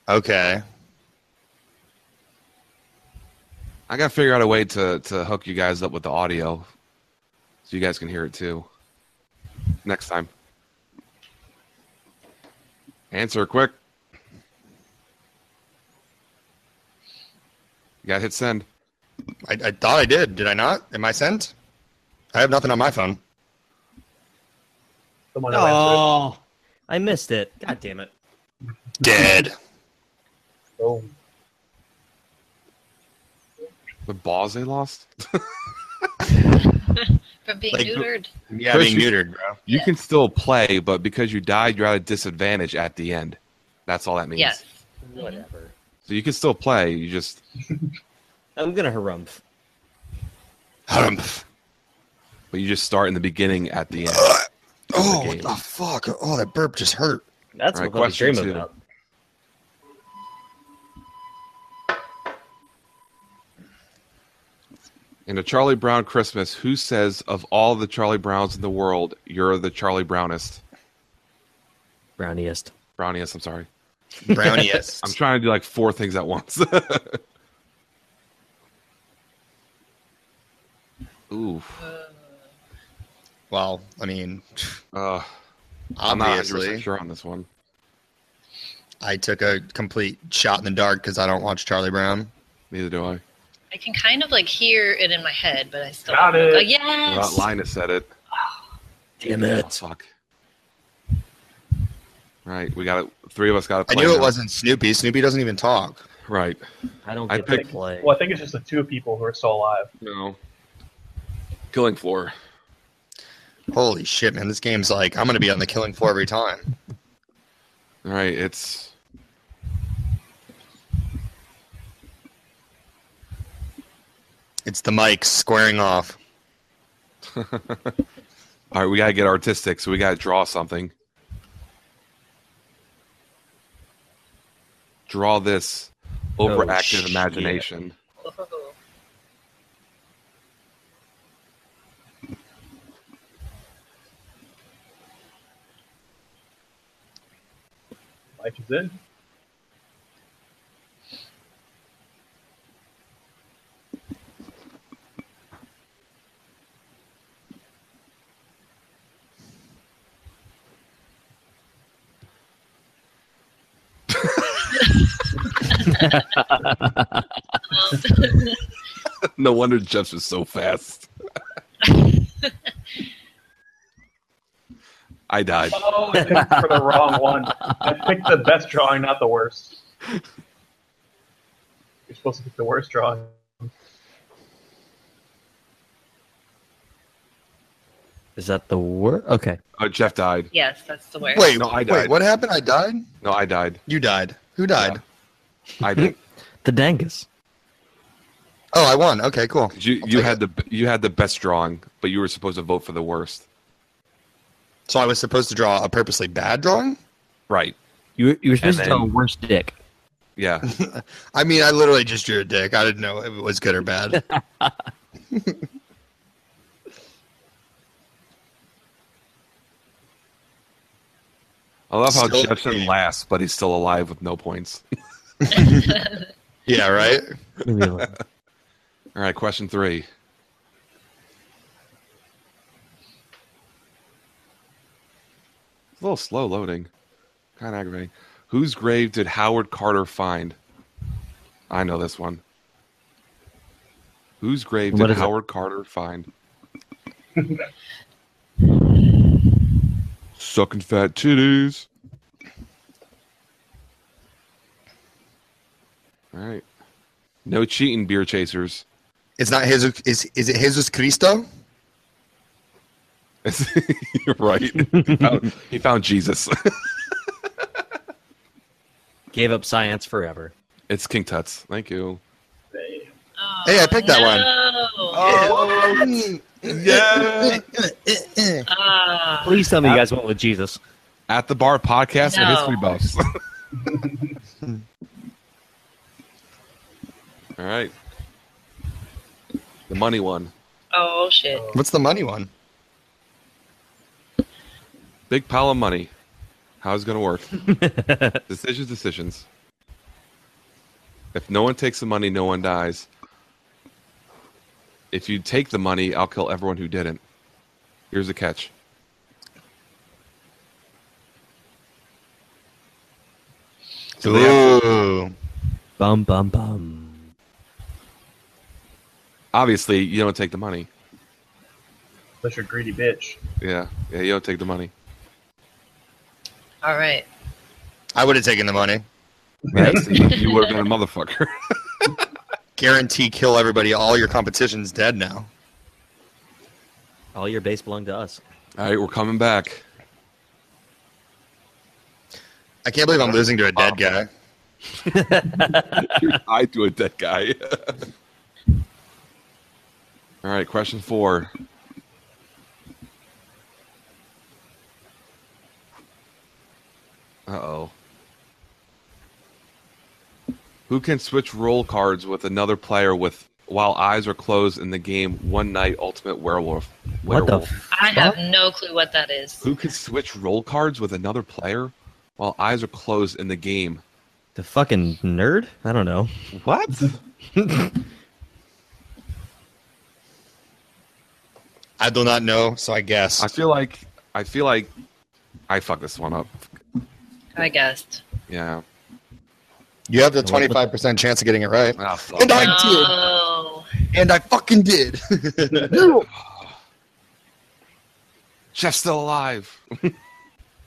Speaker 2: Okay.
Speaker 1: I got to figure out a way to, to hook you guys up with the audio so you guys can hear it too. Next time. Answer quick. You got to hit send.
Speaker 2: I, I thought I did. Did I not? Am I sent? I have nothing on my phone.
Speaker 4: Someone who answered.
Speaker 6: Oh, I missed it. God damn it.
Speaker 2: Dead.
Speaker 4: Oh,
Speaker 1: The balls they lost.
Speaker 5: From being
Speaker 2: Like,
Speaker 5: neutered.
Speaker 2: Yeah,
Speaker 1: Chris,
Speaker 2: being
Speaker 1: you-
Speaker 2: neutered, bro.
Speaker 1: You
Speaker 5: Yeah.
Speaker 1: can still play, but because you died, you're at a disadvantage at the end. That's all that means.
Speaker 5: Yes.
Speaker 3: Whatever.
Speaker 1: So you can still play. You just
Speaker 6: I'm gonna harumph.
Speaker 2: Harumph.
Speaker 1: but you just start in the beginning at the end.
Speaker 2: Oh,
Speaker 1: Okay.
Speaker 2: what the fuck? Oh, that burp just hurt.
Speaker 3: That's
Speaker 1: All right,
Speaker 3: what I
Speaker 1: question
Speaker 3: dream
Speaker 1: two.
Speaker 3: about.
Speaker 1: In a Charlie Brown Christmas, who says of all the Charlie Browns in the world, you're the Charlie Brownest?
Speaker 6: Browniest.
Speaker 1: Browniest, I'm sorry.
Speaker 2: Brownie. yes.
Speaker 1: I'm trying to do like four things at once. Ooh.
Speaker 2: well, I mean,
Speaker 1: Uh, I'm not 100
Speaker 2: obviously,
Speaker 1: sure on this one.
Speaker 2: I took a complete shot in the dark because I don't watch Charlie Brown.
Speaker 1: Neither do I.
Speaker 5: I can kind of like hear it in my head, but I still
Speaker 4: Got
Speaker 5: don't know.
Speaker 4: it.
Speaker 5: Uh, yes.
Speaker 1: Well, Linus said it.
Speaker 6: Damn
Speaker 1: Oh,
Speaker 6: it.
Speaker 1: fuck. Right, we got it. Three of us got
Speaker 2: I
Speaker 1: it.
Speaker 2: knew it wasn't Snoopy. Snoopy doesn't even talk.
Speaker 1: Right.
Speaker 6: I don't
Speaker 1: I
Speaker 6: get
Speaker 1: picked-
Speaker 6: to play.
Speaker 4: well, I think it's just the two people who are still alive.
Speaker 1: No. Killing floor.
Speaker 2: Holy shit, man! This game's like I'm gonna be on the killing floor every time.
Speaker 1: All right, it's
Speaker 2: It's the mic squaring off.
Speaker 1: all right. We gotta get artistic, so we gotta draw something. Draw this overactive
Speaker 6: shit.
Speaker 1: imagination.
Speaker 5: Whoa.
Speaker 4: Life is in.
Speaker 1: No wonder Jeff's was so fast. I died.
Speaker 4: Oh, I picked for the wrong one. I picked the best drawing, not the worst. You're supposed to pick the worst drawing.
Speaker 6: Is that the word? Okay.
Speaker 1: Oh, Jeff died.
Speaker 5: Yes, that's the word.
Speaker 2: Wait,
Speaker 1: No, I
Speaker 2: wait,
Speaker 1: died.
Speaker 2: what happened? I died.
Speaker 1: No, I died.
Speaker 2: You died. Who died?
Speaker 1: I did.
Speaker 6: The Dangus.
Speaker 2: Oh, I won. Okay, cool.
Speaker 1: You
Speaker 2: I'll
Speaker 1: you
Speaker 2: take
Speaker 1: had the you had the best drawing, but you were supposed to vote for the worst.
Speaker 2: So I was supposed to draw a purposely bad drawing.
Speaker 1: Right.
Speaker 6: You, you were supposed
Speaker 1: And
Speaker 6: to tell
Speaker 1: then-
Speaker 6: worst dick.
Speaker 1: Yeah.
Speaker 2: I mean, I literally just drew a dick. I didn't know if it was good or bad.
Speaker 1: I love how
Speaker 2: Still-
Speaker 1: Jefferson laughs, but he's still alive with no points.
Speaker 2: yeah, right.
Speaker 6: Leave me alone.
Speaker 1: All right, question three. It's a little slow loading. Kind of aggravating. Whose grave did Howard Carter find? I know this one. Whose grave
Speaker 6: What
Speaker 1: did
Speaker 6: is it?
Speaker 1: Howard Carter find? Sucking fat titties. All right. No cheating, beer chasers.
Speaker 2: It's not Jesus. Is is it Jesus Cristo?
Speaker 1: You're right. he, found, he found Jesus.
Speaker 6: Gave up science forever.
Speaker 1: it's King Tuts. Thank you.
Speaker 5: Oh,
Speaker 2: Hey, I picked that one.
Speaker 5: no.
Speaker 4: Oh,
Speaker 1: Yeah.
Speaker 5: Ah.
Speaker 6: Please tell me you guys went with Jesus.
Speaker 1: At the bar podcast for
Speaker 5: No.
Speaker 1: history buffs. All right. The money one.
Speaker 5: oh shit.
Speaker 2: What's the money one?
Speaker 1: Big pile of money. How's it going to work? decisions, decisions. If no one takes the money, no one dies. If you take the money, I'll kill everyone who didn't. Here's the catch. So they have-
Speaker 2: Ooh.
Speaker 6: Bum, bum, bum.
Speaker 1: Obviously, you don't take the money.
Speaker 4: Such a greedy bitch.
Speaker 1: Yeah, yeah, you don't take the money.
Speaker 5: All right.
Speaker 2: I would have taken the money.
Speaker 1: Yeah, so you you would have been a motherfucker.
Speaker 2: Guarantee kill everybody. All your competition's dead now.
Speaker 6: All your base belong to us.
Speaker 1: All right, we're coming back.
Speaker 2: I can't believe I'm losing to a dead guy.
Speaker 1: I do it, that guy. All right, question four. Uh oh. Who can switch roll cards with another player with while eyes are closed in the game One Night Ultimate Werewolf?
Speaker 6: What the
Speaker 1: werewolf?
Speaker 6: f-
Speaker 5: I have no clue what that is.
Speaker 1: Who can switch roll cards with another player while eyes are closed in the game?
Speaker 6: the fucking nerd? I don't know.
Speaker 1: What?
Speaker 2: I do not know, so I guess.
Speaker 1: I feel like I feel like I fucked this one up.
Speaker 5: I guessed.
Speaker 1: Yeah.
Speaker 2: you have the
Speaker 6: What-
Speaker 2: 25% chance of getting it right.
Speaker 1: Ah, fuck.
Speaker 2: And I did.
Speaker 5: No.
Speaker 2: And I fucking did.
Speaker 1: Jeff's still alive.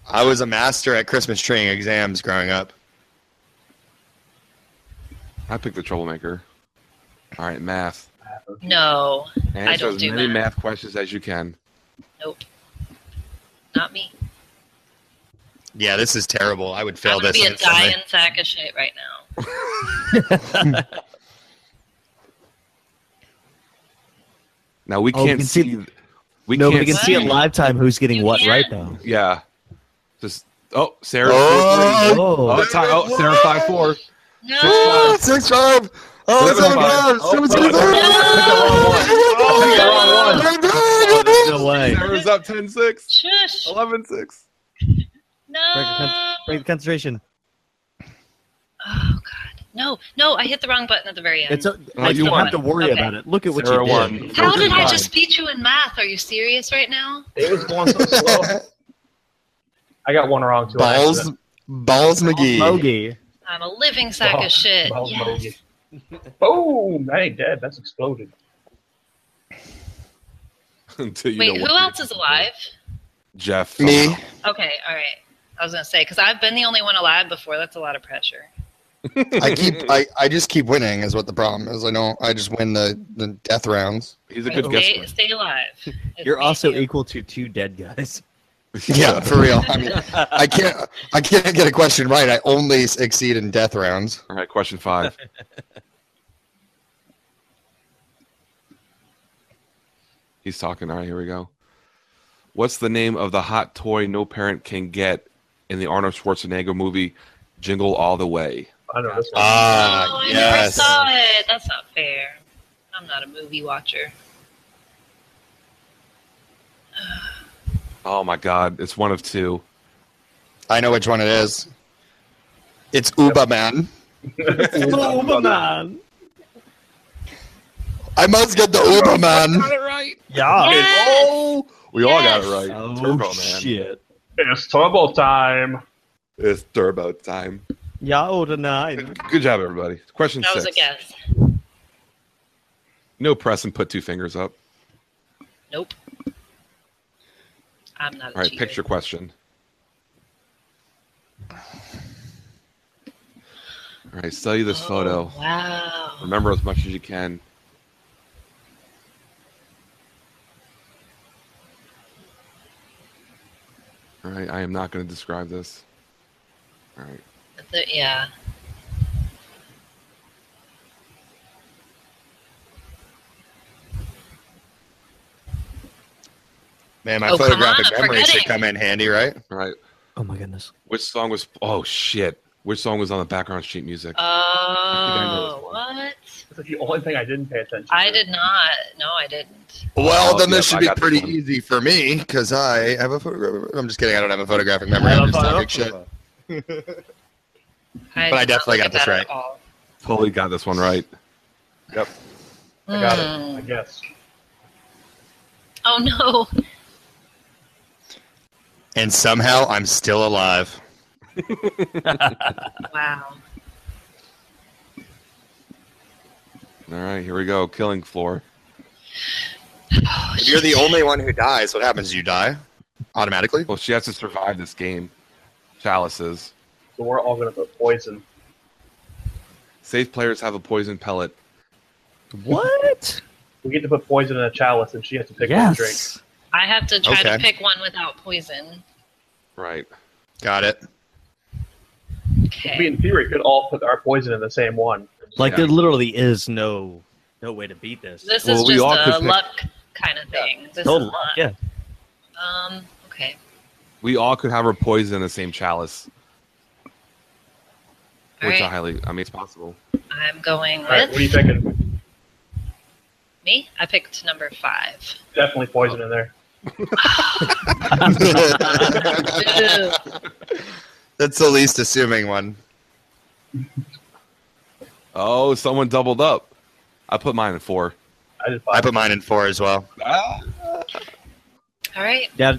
Speaker 2: I was a master at Christmas treeing exams growing up.
Speaker 1: I picked the troublemaker. All right, math.
Speaker 5: No.
Speaker 1: Answer
Speaker 5: don't
Speaker 1: as
Speaker 5: do
Speaker 1: many
Speaker 5: math.
Speaker 1: math questions as you can.
Speaker 5: Nope. Not me.
Speaker 2: Yeah, this is terrible. I would fail
Speaker 5: I'm gonna
Speaker 2: this.
Speaker 5: be a
Speaker 2: instantly.
Speaker 5: dying sack of shit right now.
Speaker 1: Now we
Speaker 6: Oh, we
Speaker 1: can't
Speaker 6: can see-
Speaker 1: see. We
Speaker 6: no,
Speaker 1: can't
Speaker 6: we can see
Speaker 5: see.
Speaker 6: in live time who's getting
Speaker 5: You
Speaker 6: what
Speaker 5: can't.
Speaker 6: right now.
Speaker 1: Yeah. Just oh, Sarah.
Speaker 2: Oh!
Speaker 1: Oh,
Speaker 6: Oh,
Speaker 1: it's high- oh, Sarah five four.
Speaker 5: No.
Speaker 2: Six five.
Speaker 1: Oh, Seven seven five. five.
Speaker 2: Seven
Speaker 6: there's no way.
Speaker 1: Sarah's up 10-6.
Speaker 5: Shush.
Speaker 1: 11-6.
Speaker 5: No.
Speaker 6: Break the concentration.
Speaker 5: Oh god. No. No. I hit the wrong button at the very end.
Speaker 6: It's a,
Speaker 1: Oh,
Speaker 6: I
Speaker 1: you
Speaker 6: you don't
Speaker 1: won.
Speaker 6: have to worry
Speaker 5: Okay.
Speaker 6: about it. Look at what
Speaker 1: Sarah
Speaker 6: you
Speaker 1: won.
Speaker 6: did.
Speaker 5: How
Speaker 1: Joker's
Speaker 5: did I
Speaker 1: fine.
Speaker 5: just beat you in math? Are you serious right now?
Speaker 4: It was going so slow. I got one wrong too. on
Speaker 2: Balls,
Speaker 4: accident.
Speaker 2: balls McGee.
Speaker 6: Bogey.
Speaker 5: I'm a living sack
Speaker 4: Oh,
Speaker 5: of shit.
Speaker 4: Balls
Speaker 5: Yeah.
Speaker 4: bogey. Boom! That ain't dead. That's exploded.
Speaker 1: Until you
Speaker 5: Wait,
Speaker 1: know
Speaker 5: who
Speaker 1: what-
Speaker 5: else is alive?
Speaker 1: Jeff.
Speaker 2: Me.
Speaker 1: somehow.
Speaker 5: Okay, all right. I was gonna say because I've been the only one alive before. That's a lot of pressure.
Speaker 2: I keep. I, I just keep winning. Is what the problem is. I don't. I just win the the death rounds.
Speaker 1: He's a good
Speaker 5: stay,
Speaker 1: guesser.
Speaker 5: stay alive. It's
Speaker 6: You're
Speaker 5: me,
Speaker 6: also
Speaker 5: you.
Speaker 6: equal to two dead guys.
Speaker 2: Yeah, for real. I mean, I can't. I can't get a question right. I only succeed in death rounds.
Speaker 1: All right, question five. He's talking. All right, here we go. What's the name of the hot toy no parent can get in the Arnold Schwarzenegger movie Jingle All the Way?
Speaker 4: I don't know this one.
Speaker 5: Oh,
Speaker 2: Ah,
Speaker 5: I never
Speaker 2: yes.
Speaker 5: saw it. That's not fair. I'm not a movie watcher.
Speaker 1: Oh my God, it's one of two.
Speaker 2: I know which one it is. It's Uba Man.
Speaker 6: Superman.
Speaker 2: I must get the Uba Man.
Speaker 5: Oh,
Speaker 1: it right.
Speaker 6: Yeah.
Speaker 5: Yes!
Speaker 1: Oh, we all got it
Speaker 5: Yes.
Speaker 1: right.
Speaker 6: Oh
Speaker 1: Turbo man.
Speaker 6: shit.
Speaker 4: It's turbo time.
Speaker 1: It's turbo time.
Speaker 6: Yeah, order nine.
Speaker 1: Good job, everybody. Question
Speaker 5: That
Speaker 1: six.
Speaker 5: was a guess.
Speaker 1: No press and put two fingers up.
Speaker 5: Nope. I'm not a
Speaker 1: All right,
Speaker 5: cheater.
Speaker 1: picture question. All right, study this
Speaker 5: Oh,
Speaker 1: photo.
Speaker 5: Wow.
Speaker 1: Remember as much as you can. All right, I am not going to describe this. All right,
Speaker 5: The- yeah.
Speaker 2: Man, my
Speaker 5: Oh, come on,
Speaker 2: photographic
Speaker 5: I'm
Speaker 2: memory should
Speaker 5: forgetting.
Speaker 2: come in handy, right?
Speaker 1: all right.
Speaker 6: Oh my goodness.
Speaker 1: Which song was? Oh shit! Which song was on the background sheet music?
Speaker 5: Uh, Oh, what?
Speaker 4: It's like the only thing I didn't pay attention.
Speaker 5: I
Speaker 4: to.
Speaker 5: did not. No, I didn't.
Speaker 2: Well,
Speaker 1: Oh,
Speaker 2: then this
Speaker 1: yep, I
Speaker 2: should be
Speaker 1: got this
Speaker 2: pretty
Speaker 1: one.
Speaker 2: easy for me because I have a photographic. I'm just kidding. I don't have a photographic memory.
Speaker 6: I
Speaker 2: I'm
Speaker 6: love
Speaker 2: just
Speaker 6: photo.
Speaker 2: talking shit.
Speaker 5: I
Speaker 2: But I
Speaker 5: did not
Speaker 2: definitely
Speaker 5: look
Speaker 2: got
Speaker 5: at
Speaker 2: this
Speaker 5: that at
Speaker 2: right.
Speaker 5: all.
Speaker 1: Totally got this one right.
Speaker 4: I got it. I
Speaker 5: Hmm.
Speaker 4: guess.
Speaker 5: Oh no.
Speaker 2: And somehow I'm still alive.
Speaker 5: Wow.
Speaker 1: All right, here we go. Killing floor.
Speaker 2: If you're the only one who dies, what happens? You die automatically.
Speaker 1: Well, she has to survive this game. Chalices.
Speaker 4: So we're all gonna put poison.
Speaker 1: Safe players have a poison pellet.
Speaker 6: What?
Speaker 4: We get to put poison in a chalice, and she has to pick one drink.
Speaker 6: yes.
Speaker 5: I have to try to
Speaker 2: Okay.
Speaker 5: pick one without poison.
Speaker 1: Right.
Speaker 2: Got it.
Speaker 4: We,
Speaker 5: Okay.
Speaker 4: in theory, could all put our poison in the same one.
Speaker 6: Like
Speaker 1: Yeah.
Speaker 6: there literally is no no way to beat this.
Speaker 5: This
Speaker 1: Well,
Speaker 5: is
Speaker 1: we
Speaker 5: just
Speaker 1: all could
Speaker 5: a
Speaker 1: pick-
Speaker 5: luck kind of thing. This
Speaker 6: Total
Speaker 5: is luck.
Speaker 6: Yeah.
Speaker 5: Um. Okay.
Speaker 1: We all could have her poison in the same chalice,
Speaker 5: All
Speaker 1: which I
Speaker 5: right.
Speaker 1: highly. I mean, it's possible.
Speaker 5: I'm going
Speaker 4: All right,
Speaker 5: with
Speaker 4: what are you thinking?
Speaker 5: me. I picked number five.
Speaker 4: Definitely poison in there.
Speaker 2: That's the least assuming one.
Speaker 1: Oh, someone doubled up. I put mine in four.
Speaker 4: I did
Speaker 2: I
Speaker 4: five.
Speaker 2: put mine in four as well.
Speaker 5: All right.
Speaker 6: Yeah.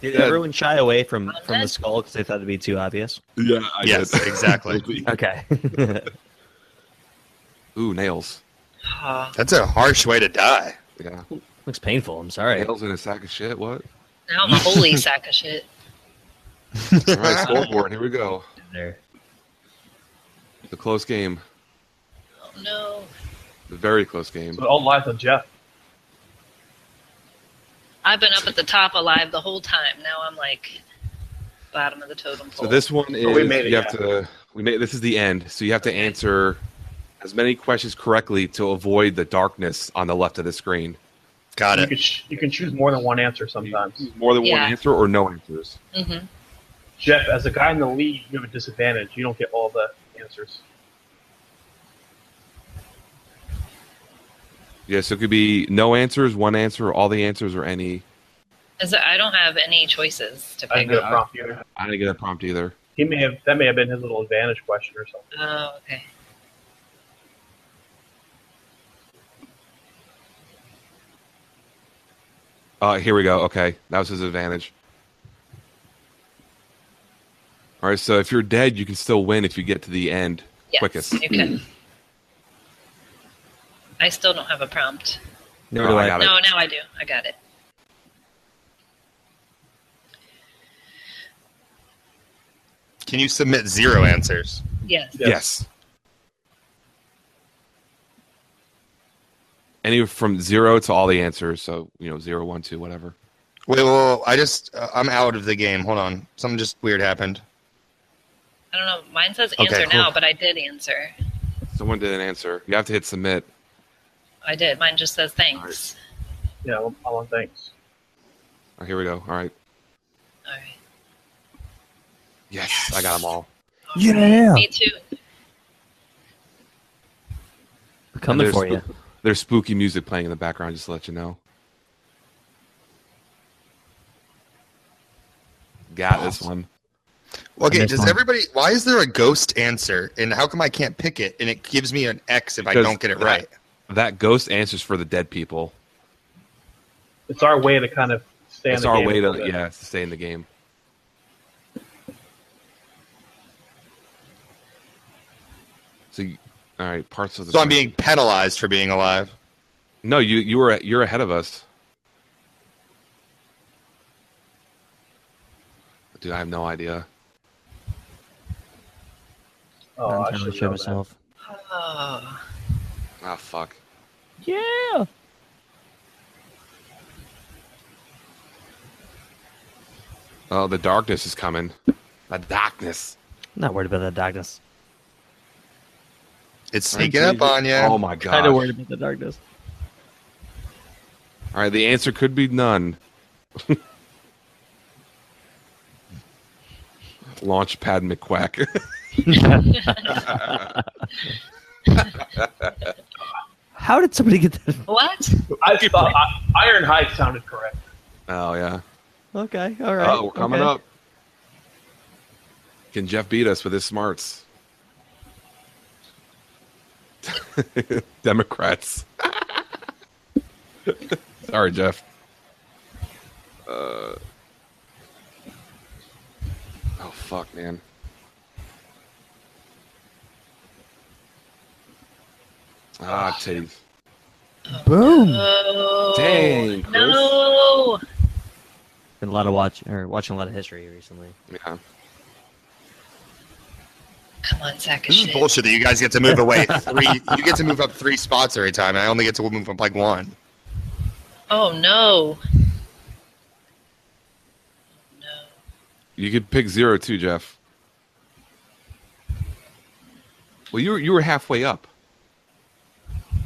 Speaker 6: Did
Speaker 1: Yeah.
Speaker 6: everyone shy away from
Speaker 5: I'm
Speaker 6: from the
Speaker 5: dead.
Speaker 6: skull because they thought it'd be too obvious?
Speaker 1: Yeah, I
Speaker 2: yes, exactly.
Speaker 6: Okay.
Speaker 1: Ooh, nails.
Speaker 5: Oh,
Speaker 2: That's a harsh way to die.
Speaker 1: Yeah,
Speaker 6: Looks painful. I'm sorry.
Speaker 1: nails in a sack of shit. What?
Speaker 5: now I'm a holy sack of shit.
Speaker 1: All right, scoreboard. Here we go.
Speaker 6: There.
Speaker 1: The close game.
Speaker 5: Oh, no.
Speaker 1: The very close game.
Speaker 4: So it all lies on Jeff.
Speaker 5: I've been up at the top alive the whole time. Now I'm like bottom of the totem pole.
Speaker 1: So this one is
Speaker 4: we made it,
Speaker 1: you have
Speaker 4: yeah.
Speaker 1: to we made this is the end. So you have to answer as many questions correctly to avoid the darkness on the left of the screen.
Speaker 2: Got
Speaker 4: You
Speaker 2: it.
Speaker 4: can, ch- you can choose more than one answer sometimes.
Speaker 1: More than
Speaker 5: Yeah.
Speaker 1: one answer or no answers.
Speaker 5: Mhm.
Speaker 4: Jeff, as a guy in the lead, you have a disadvantage. You don't get all the answers.
Speaker 1: Yeah, so it could be no answers, one answer, all the answers, or any.
Speaker 5: Is it- I don't have any choices to
Speaker 4: I
Speaker 5: pick.
Speaker 4: didn't get a prompt either.
Speaker 1: I didn't get a prompt either.
Speaker 4: He may have that may have been his little advantage question or something.
Speaker 5: Oh, okay.
Speaker 1: Uh, here we go. Okay, that was his advantage. All right, so if you're dead, you can still win if you get to the end
Speaker 5: Yes,
Speaker 1: quickest.
Speaker 5: you can. I still don't have a prompt.
Speaker 6: Nor
Speaker 1: Oh,
Speaker 6: do
Speaker 1: I
Speaker 6: I.
Speaker 1: got it.
Speaker 5: No, now I do. I got it.
Speaker 2: Can you submit zero answers?
Speaker 5: Yes.
Speaker 4: Yes.
Speaker 1: Yes. Any from zero to all the answers. So, you know, zero, one, two, whatever.
Speaker 2: Wait, whoa, whoa, I just uh, I'm out of the game. Hold on, something just weird happened.
Speaker 5: I don't know. Mine says
Speaker 2: Okay,
Speaker 5: answer
Speaker 2: cool.
Speaker 5: now, but I did answer.
Speaker 1: Someone didn't answer. You have to hit submit.
Speaker 5: I did. Mine just says thanks.
Speaker 4: Yeah, well, all on thanks.
Speaker 1: Oh, here we go. All right.
Speaker 5: All right.
Speaker 1: Yes, I got them all.
Speaker 6: Yeah.
Speaker 5: Me too.
Speaker 6: We're coming
Speaker 1: And
Speaker 6: for you.
Speaker 1: there's spook- There's spooky music playing in the background, just to let you know. Got this one.
Speaker 2: Okay,
Speaker 6: Next
Speaker 2: does
Speaker 6: one.
Speaker 2: everybody? Why is there a ghost answer? And how come I can't pick it? And it gives me an X if I
Speaker 1: Because
Speaker 2: don't get it
Speaker 1: that-
Speaker 2: right.
Speaker 1: That ghost answers for the dead people.
Speaker 4: It's our way to kind of stay
Speaker 1: That's
Speaker 4: in the
Speaker 1: our
Speaker 4: game
Speaker 1: way
Speaker 4: a
Speaker 1: to
Speaker 4: little bit.
Speaker 1: yeah, to stay in the game. So, you- all right, parts of the.
Speaker 2: So I'm being penalized for being alive.
Speaker 1: No, you you were you're ahead of us. Dude, I have no idea.
Speaker 4: Oh, I
Speaker 6: I'm trying to
Speaker 4: should've
Speaker 6: show
Speaker 4: known that.
Speaker 6: myself.
Speaker 5: Oh.
Speaker 1: Ah, fuck.
Speaker 6: Yeah.
Speaker 1: Oh, the darkness is coming. The darkness.
Speaker 6: Not worried about the darkness.
Speaker 2: It's sneaking up on you.
Speaker 1: Oh my god.
Speaker 6: Kind of worried about the darkness.
Speaker 1: All right, the answer could be none. Launchpad McQuack.
Speaker 6: How did somebody get that?
Speaker 5: What?
Speaker 4: I thought I, Iron Hide sounded correct.
Speaker 1: oh yeah.
Speaker 6: Okay. All right.
Speaker 1: Oh, we're coming
Speaker 6: okay.
Speaker 1: up. Can Jeff beat us with his smarts? Democrats. Sorry, Jeff. Uh, oh fuck, man.
Speaker 6: Ah,
Speaker 1: Ah, titties.
Speaker 9: Boom.
Speaker 5: Oh,
Speaker 1: Dang, Chris.
Speaker 5: No.
Speaker 6: Been a lot of watch or watching a lot of history recently.
Speaker 1: Yeah.
Speaker 5: Come on, sack of
Speaker 2: This is
Speaker 5: shit.
Speaker 2: bullshit that you guys get to move away three. You get to move up three spots every time. and I only get to move up like one.
Speaker 5: Oh no. No.
Speaker 1: You could pick zero too, Jeff. Well, you were you were halfway up.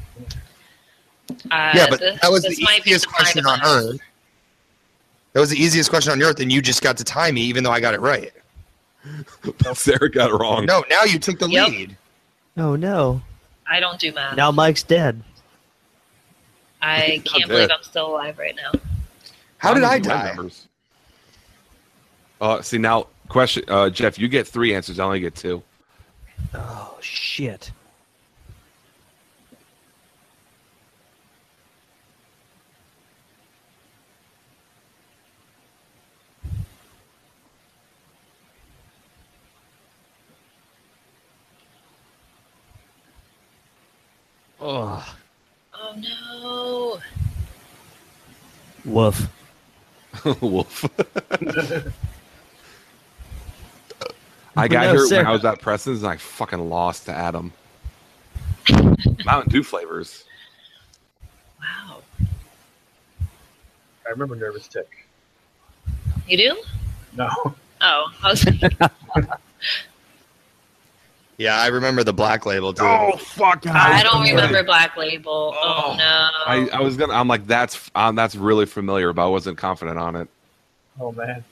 Speaker 5: Uh,
Speaker 2: yeah, but
Speaker 5: this-
Speaker 2: that was the
Speaker 5: this might be
Speaker 2: easiest
Speaker 5: the
Speaker 2: question on
Speaker 5: kind of-
Speaker 2: earth. That was the easiest question on earth, and you just got to tie me, even though I got it right.
Speaker 1: Sarah got it wrong.
Speaker 2: No, now you took the
Speaker 5: Yep.
Speaker 2: lead.
Speaker 9: Oh no.
Speaker 5: I don't do math.
Speaker 9: Now Mike's dead.
Speaker 5: I
Speaker 1: Not
Speaker 5: can't
Speaker 1: bad.
Speaker 5: believe I'm still alive right now.
Speaker 2: How did I
Speaker 1: do my
Speaker 2: die?
Speaker 1: numbers? Uh, see now, question, uh, Jeff, you get three answers. I only get two.
Speaker 9: Oh shit.
Speaker 6: Oh,
Speaker 5: Oh no.
Speaker 9: Woof.
Speaker 1: Wolf. I got
Speaker 6: No,
Speaker 1: here when
Speaker 6: Sarah.
Speaker 1: I was at Preston's, and I fucking lost to Adam. Mountain Dew flavors.
Speaker 5: Wow.
Speaker 4: I remember Nervous Tick.
Speaker 5: You do?
Speaker 4: No.
Speaker 5: Oh, I was like,
Speaker 2: Yeah, I remember the black label too.
Speaker 1: fuck!
Speaker 5: I don't remember Black Label. Oh,
Speaker 1: Oh,
Speaker 5: no.
Speaker 1: I, I was gonna. I'm like, that's um, that's really familiar, but I wasn't confident on it.
Speaker 4: Oh man.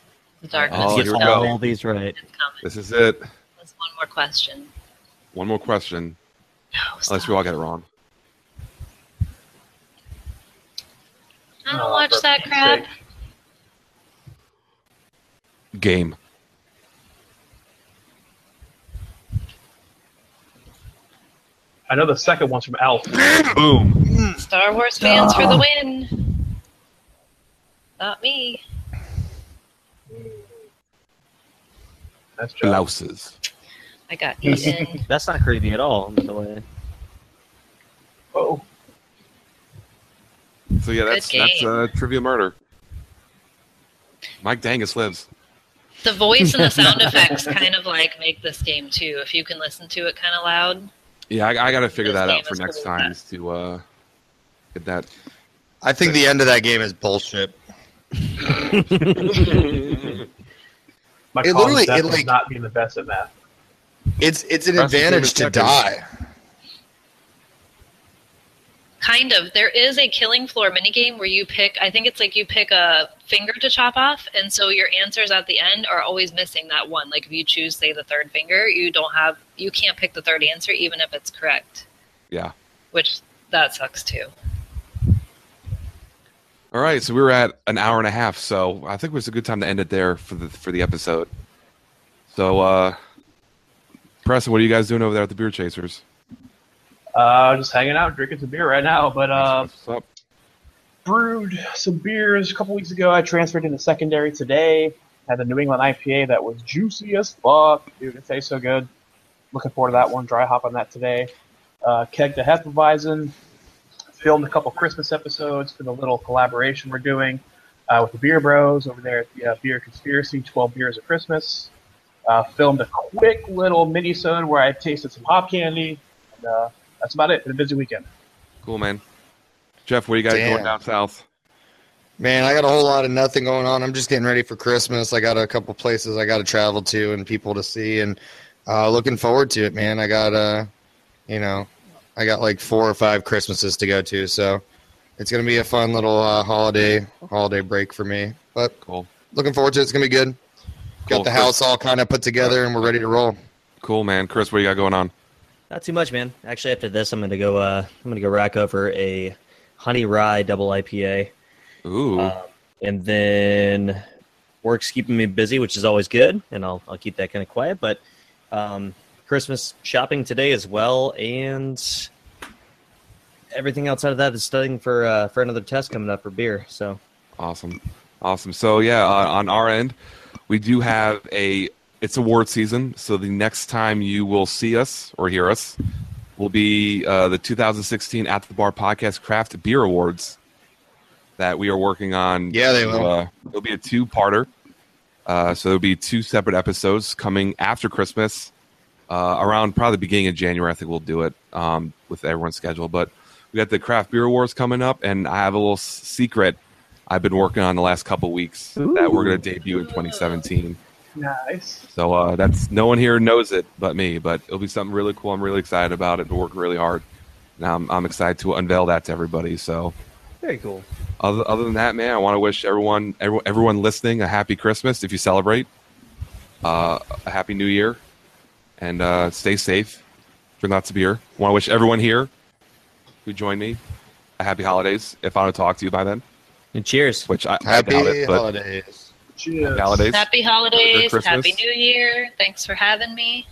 Speaker 5: the darkness
Speaker 1: Oh,
Speaker 5: is
Speaker 1: here we
Speaker 5: coming.
Speaker 1: go.
Speaker 6: all these right.
Speaker 5: It's coming.
Speaker 1: This is it.
Speaker 5: There's one more question.
Speaker 1: One more question,
Speaker 5: No, stop.
Speaker 1: unless we all get it wrong.
Speaker 5: I
Speaker 4: Oh,
Speaker 5: don't watch
Speaker 4: for
Speaker 5: that
Speaker 4: fuck's
Speaker 5: crap.
Speaker 4: sake.
Speaker 1: Game.
Speaker 4: I know the second one's from Alf.
Speaker 1: Boom.
Speaker 5: Star Wars fans for the win. Not me.
Speaker 4: That's true.
Speaker 1: Blouses.
Speaker 5: I got eaten.
Speaker 6: That's not creepy at all, by the way.
Speaker 4: Oh.
Speaker 1: So yeah, that's
Speaker 5: Good
Speaker 1: that's
Speaker 5: game.
Speaker 1: uh, trivia murder. Mike Dangus lives.
Speaker 5: the voice and the sound effects kind of like make this game too. If you can listen to it kind of loud,
Speaker 1: Yeah, I, I got to figure
Speaker 5: This
Speaker 1: that
Speaker 5: game
Speaker 1: out for
Speaker 5: is
Speaker 1: next
Speaker 5: really
Speaker 1: time is to uh, get that.
Speaker 2: I think the end of that game is bullshit.
Speaker 4: My
Speaker 2: It literally-
Speaker 4: college death
Speaker 2: it,
Speaker 4: was
Speaker 2: like-
Speaker 4: not being the best at math.
Speaker 2: It's it's an
Speaker 1: That's the
Speaker 2: advantage to
Speaker 1: game of
Speaker 2: die.
Speaker 5: kind of. There is a killing floor minigame where you pick. I think it's like you pick a finger to chop off, and so your answers at the end are always missing that one. Like if you choose, say, the third finger, you don't have. You can't pick the third answer even if it's correct,
Speaker 1: Yeah.
Speaker 5: which that sucks too.
Speaker 1: All right, so we were at an hour and a half, so I think it was a good time to end it there for the for the episode. So, uh Preston, what are you guys doing over there at the Beer Chasers?
Speaker 4: Uh, just hanging out, drinking some beer right now. But uh,
Speaker 1: What's up?
Speaker 4: brewed some beers a couple weeks ago. I transferred into secondary today. Had the New England IPA that was juicy as fuck. Dude, it tastes so good. Looking forward to that one. Dry hop on that today. Uh, keg to Hefeweizen. Filmed a couple Christmas episodes for the little collaboration we're doing uh, with the Beer Bros over there at the uh, Beer Conspiracy 12 Beers of Christmas. Uh, filmed a quick little mini where I tasted some hop candy. And, uh, that's about it. Been a busy weekend.
Speaker 1: Cool, man. Jeff, what are you guys
Speaker 2: Damn.
Speaker 1: doing down south?
Speaker 2: Man, I got a whole lot of nothing going on. I'm just getting ready for Christmas. I got a couple places I got to travel to and people to see, and uh, looking forward to it, man. I got uh, you know, I got like four or five Christmases to go to, so it's gonna be a fun little uh, holiday holiday break for me. But
Speaker 1: Cool,
Speaker 2: looking forward to it. It's gonna be good.
Speaker 1: Cool.
Speaker 2: Got the house all kind of put together, and we're ready to roll.
Speaker 1: cool, man. Chris, what do you got going on?
Speaker 6: Not too much, man. Actually, after this, I'm gonna go. Uh, I'm gonna go rack over a honey rye double IPA,
Speaker 1: Ooh,
Speaker 6: Um, and then work's keeping me busy, which is always good. And I'll I'll keep that kind of quiet. But um, Christmas shopping today as well, and everything outside of that is studying for uh, for another test coming up for beer. So
Speaker 1: awesome, awesome. So yeah, uh, on our end, we do have a. It's award season, so the next time you will see us or hear us will be uh, the 2016 At the Bar Podcast Craft Beer Awards that we are working on.
Speaker 2: Yeah, they
Speaker 1: to,
Speaker 2: will.
Speaker 1: Uh, it'll be a two-parter. Uh, so there'll be two separate episodes coming after Christmas, uh, around probably the beginning of January. I think we'll do it um, with everyone's schedule. But we got the Craft Beer Awards coming up, and I have a little s- secret I've been working on the last couple weeks that we're going to debut in 2017.
Speaker 4: Nice.
Speaker 1: So uh, that's no one here knows it but me, but it'll be something really cool. I'm really excited about it. Been working really hard, and I'm, I'm excited to unveil that to everybody. So
Speaker 6: Very cool.
Speaker 1: other, other than that, man, I want to wish everyone every, everyone listening a happy Christmas if you celebrate, uh, a happy New Year, and uh, stay safe. Drink lots of beer. Want to wish everyone here who joined me a happy holidays. If I don't talk to you by then,
Speaker 6: And cheers.
Speaker 1: which I, I
Speaker 2: Happy
Speaker 1: doubt it, but
Speaker 2: holidays.
Speaker 4: Cheers.
Speaker 1: holidays
Speaker 5: Happy holidays.
Speaker 1: Merry Christmas.
Speaker 5: Happy New Year. Thanks for having me.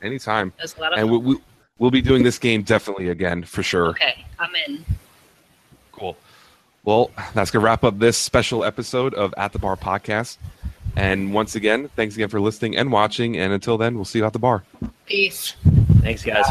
Speaker 1: anytime,
Speaker 5: It was a lot of
Speaker 1: and
Speaker 5: fun.
Speaker 1: we, we, we'll be doing this game definitely again for sure.
Speaker 5: okay, I'm in.
Speaker 1: Cool. Well, that's going to wrap up this special episode of At the Bar Podcast. And once again, thanks again for listening and watching. And until then, we'll see you at the bar.
Speaker 5: Peace.
Speaker 6: Thanks, guys.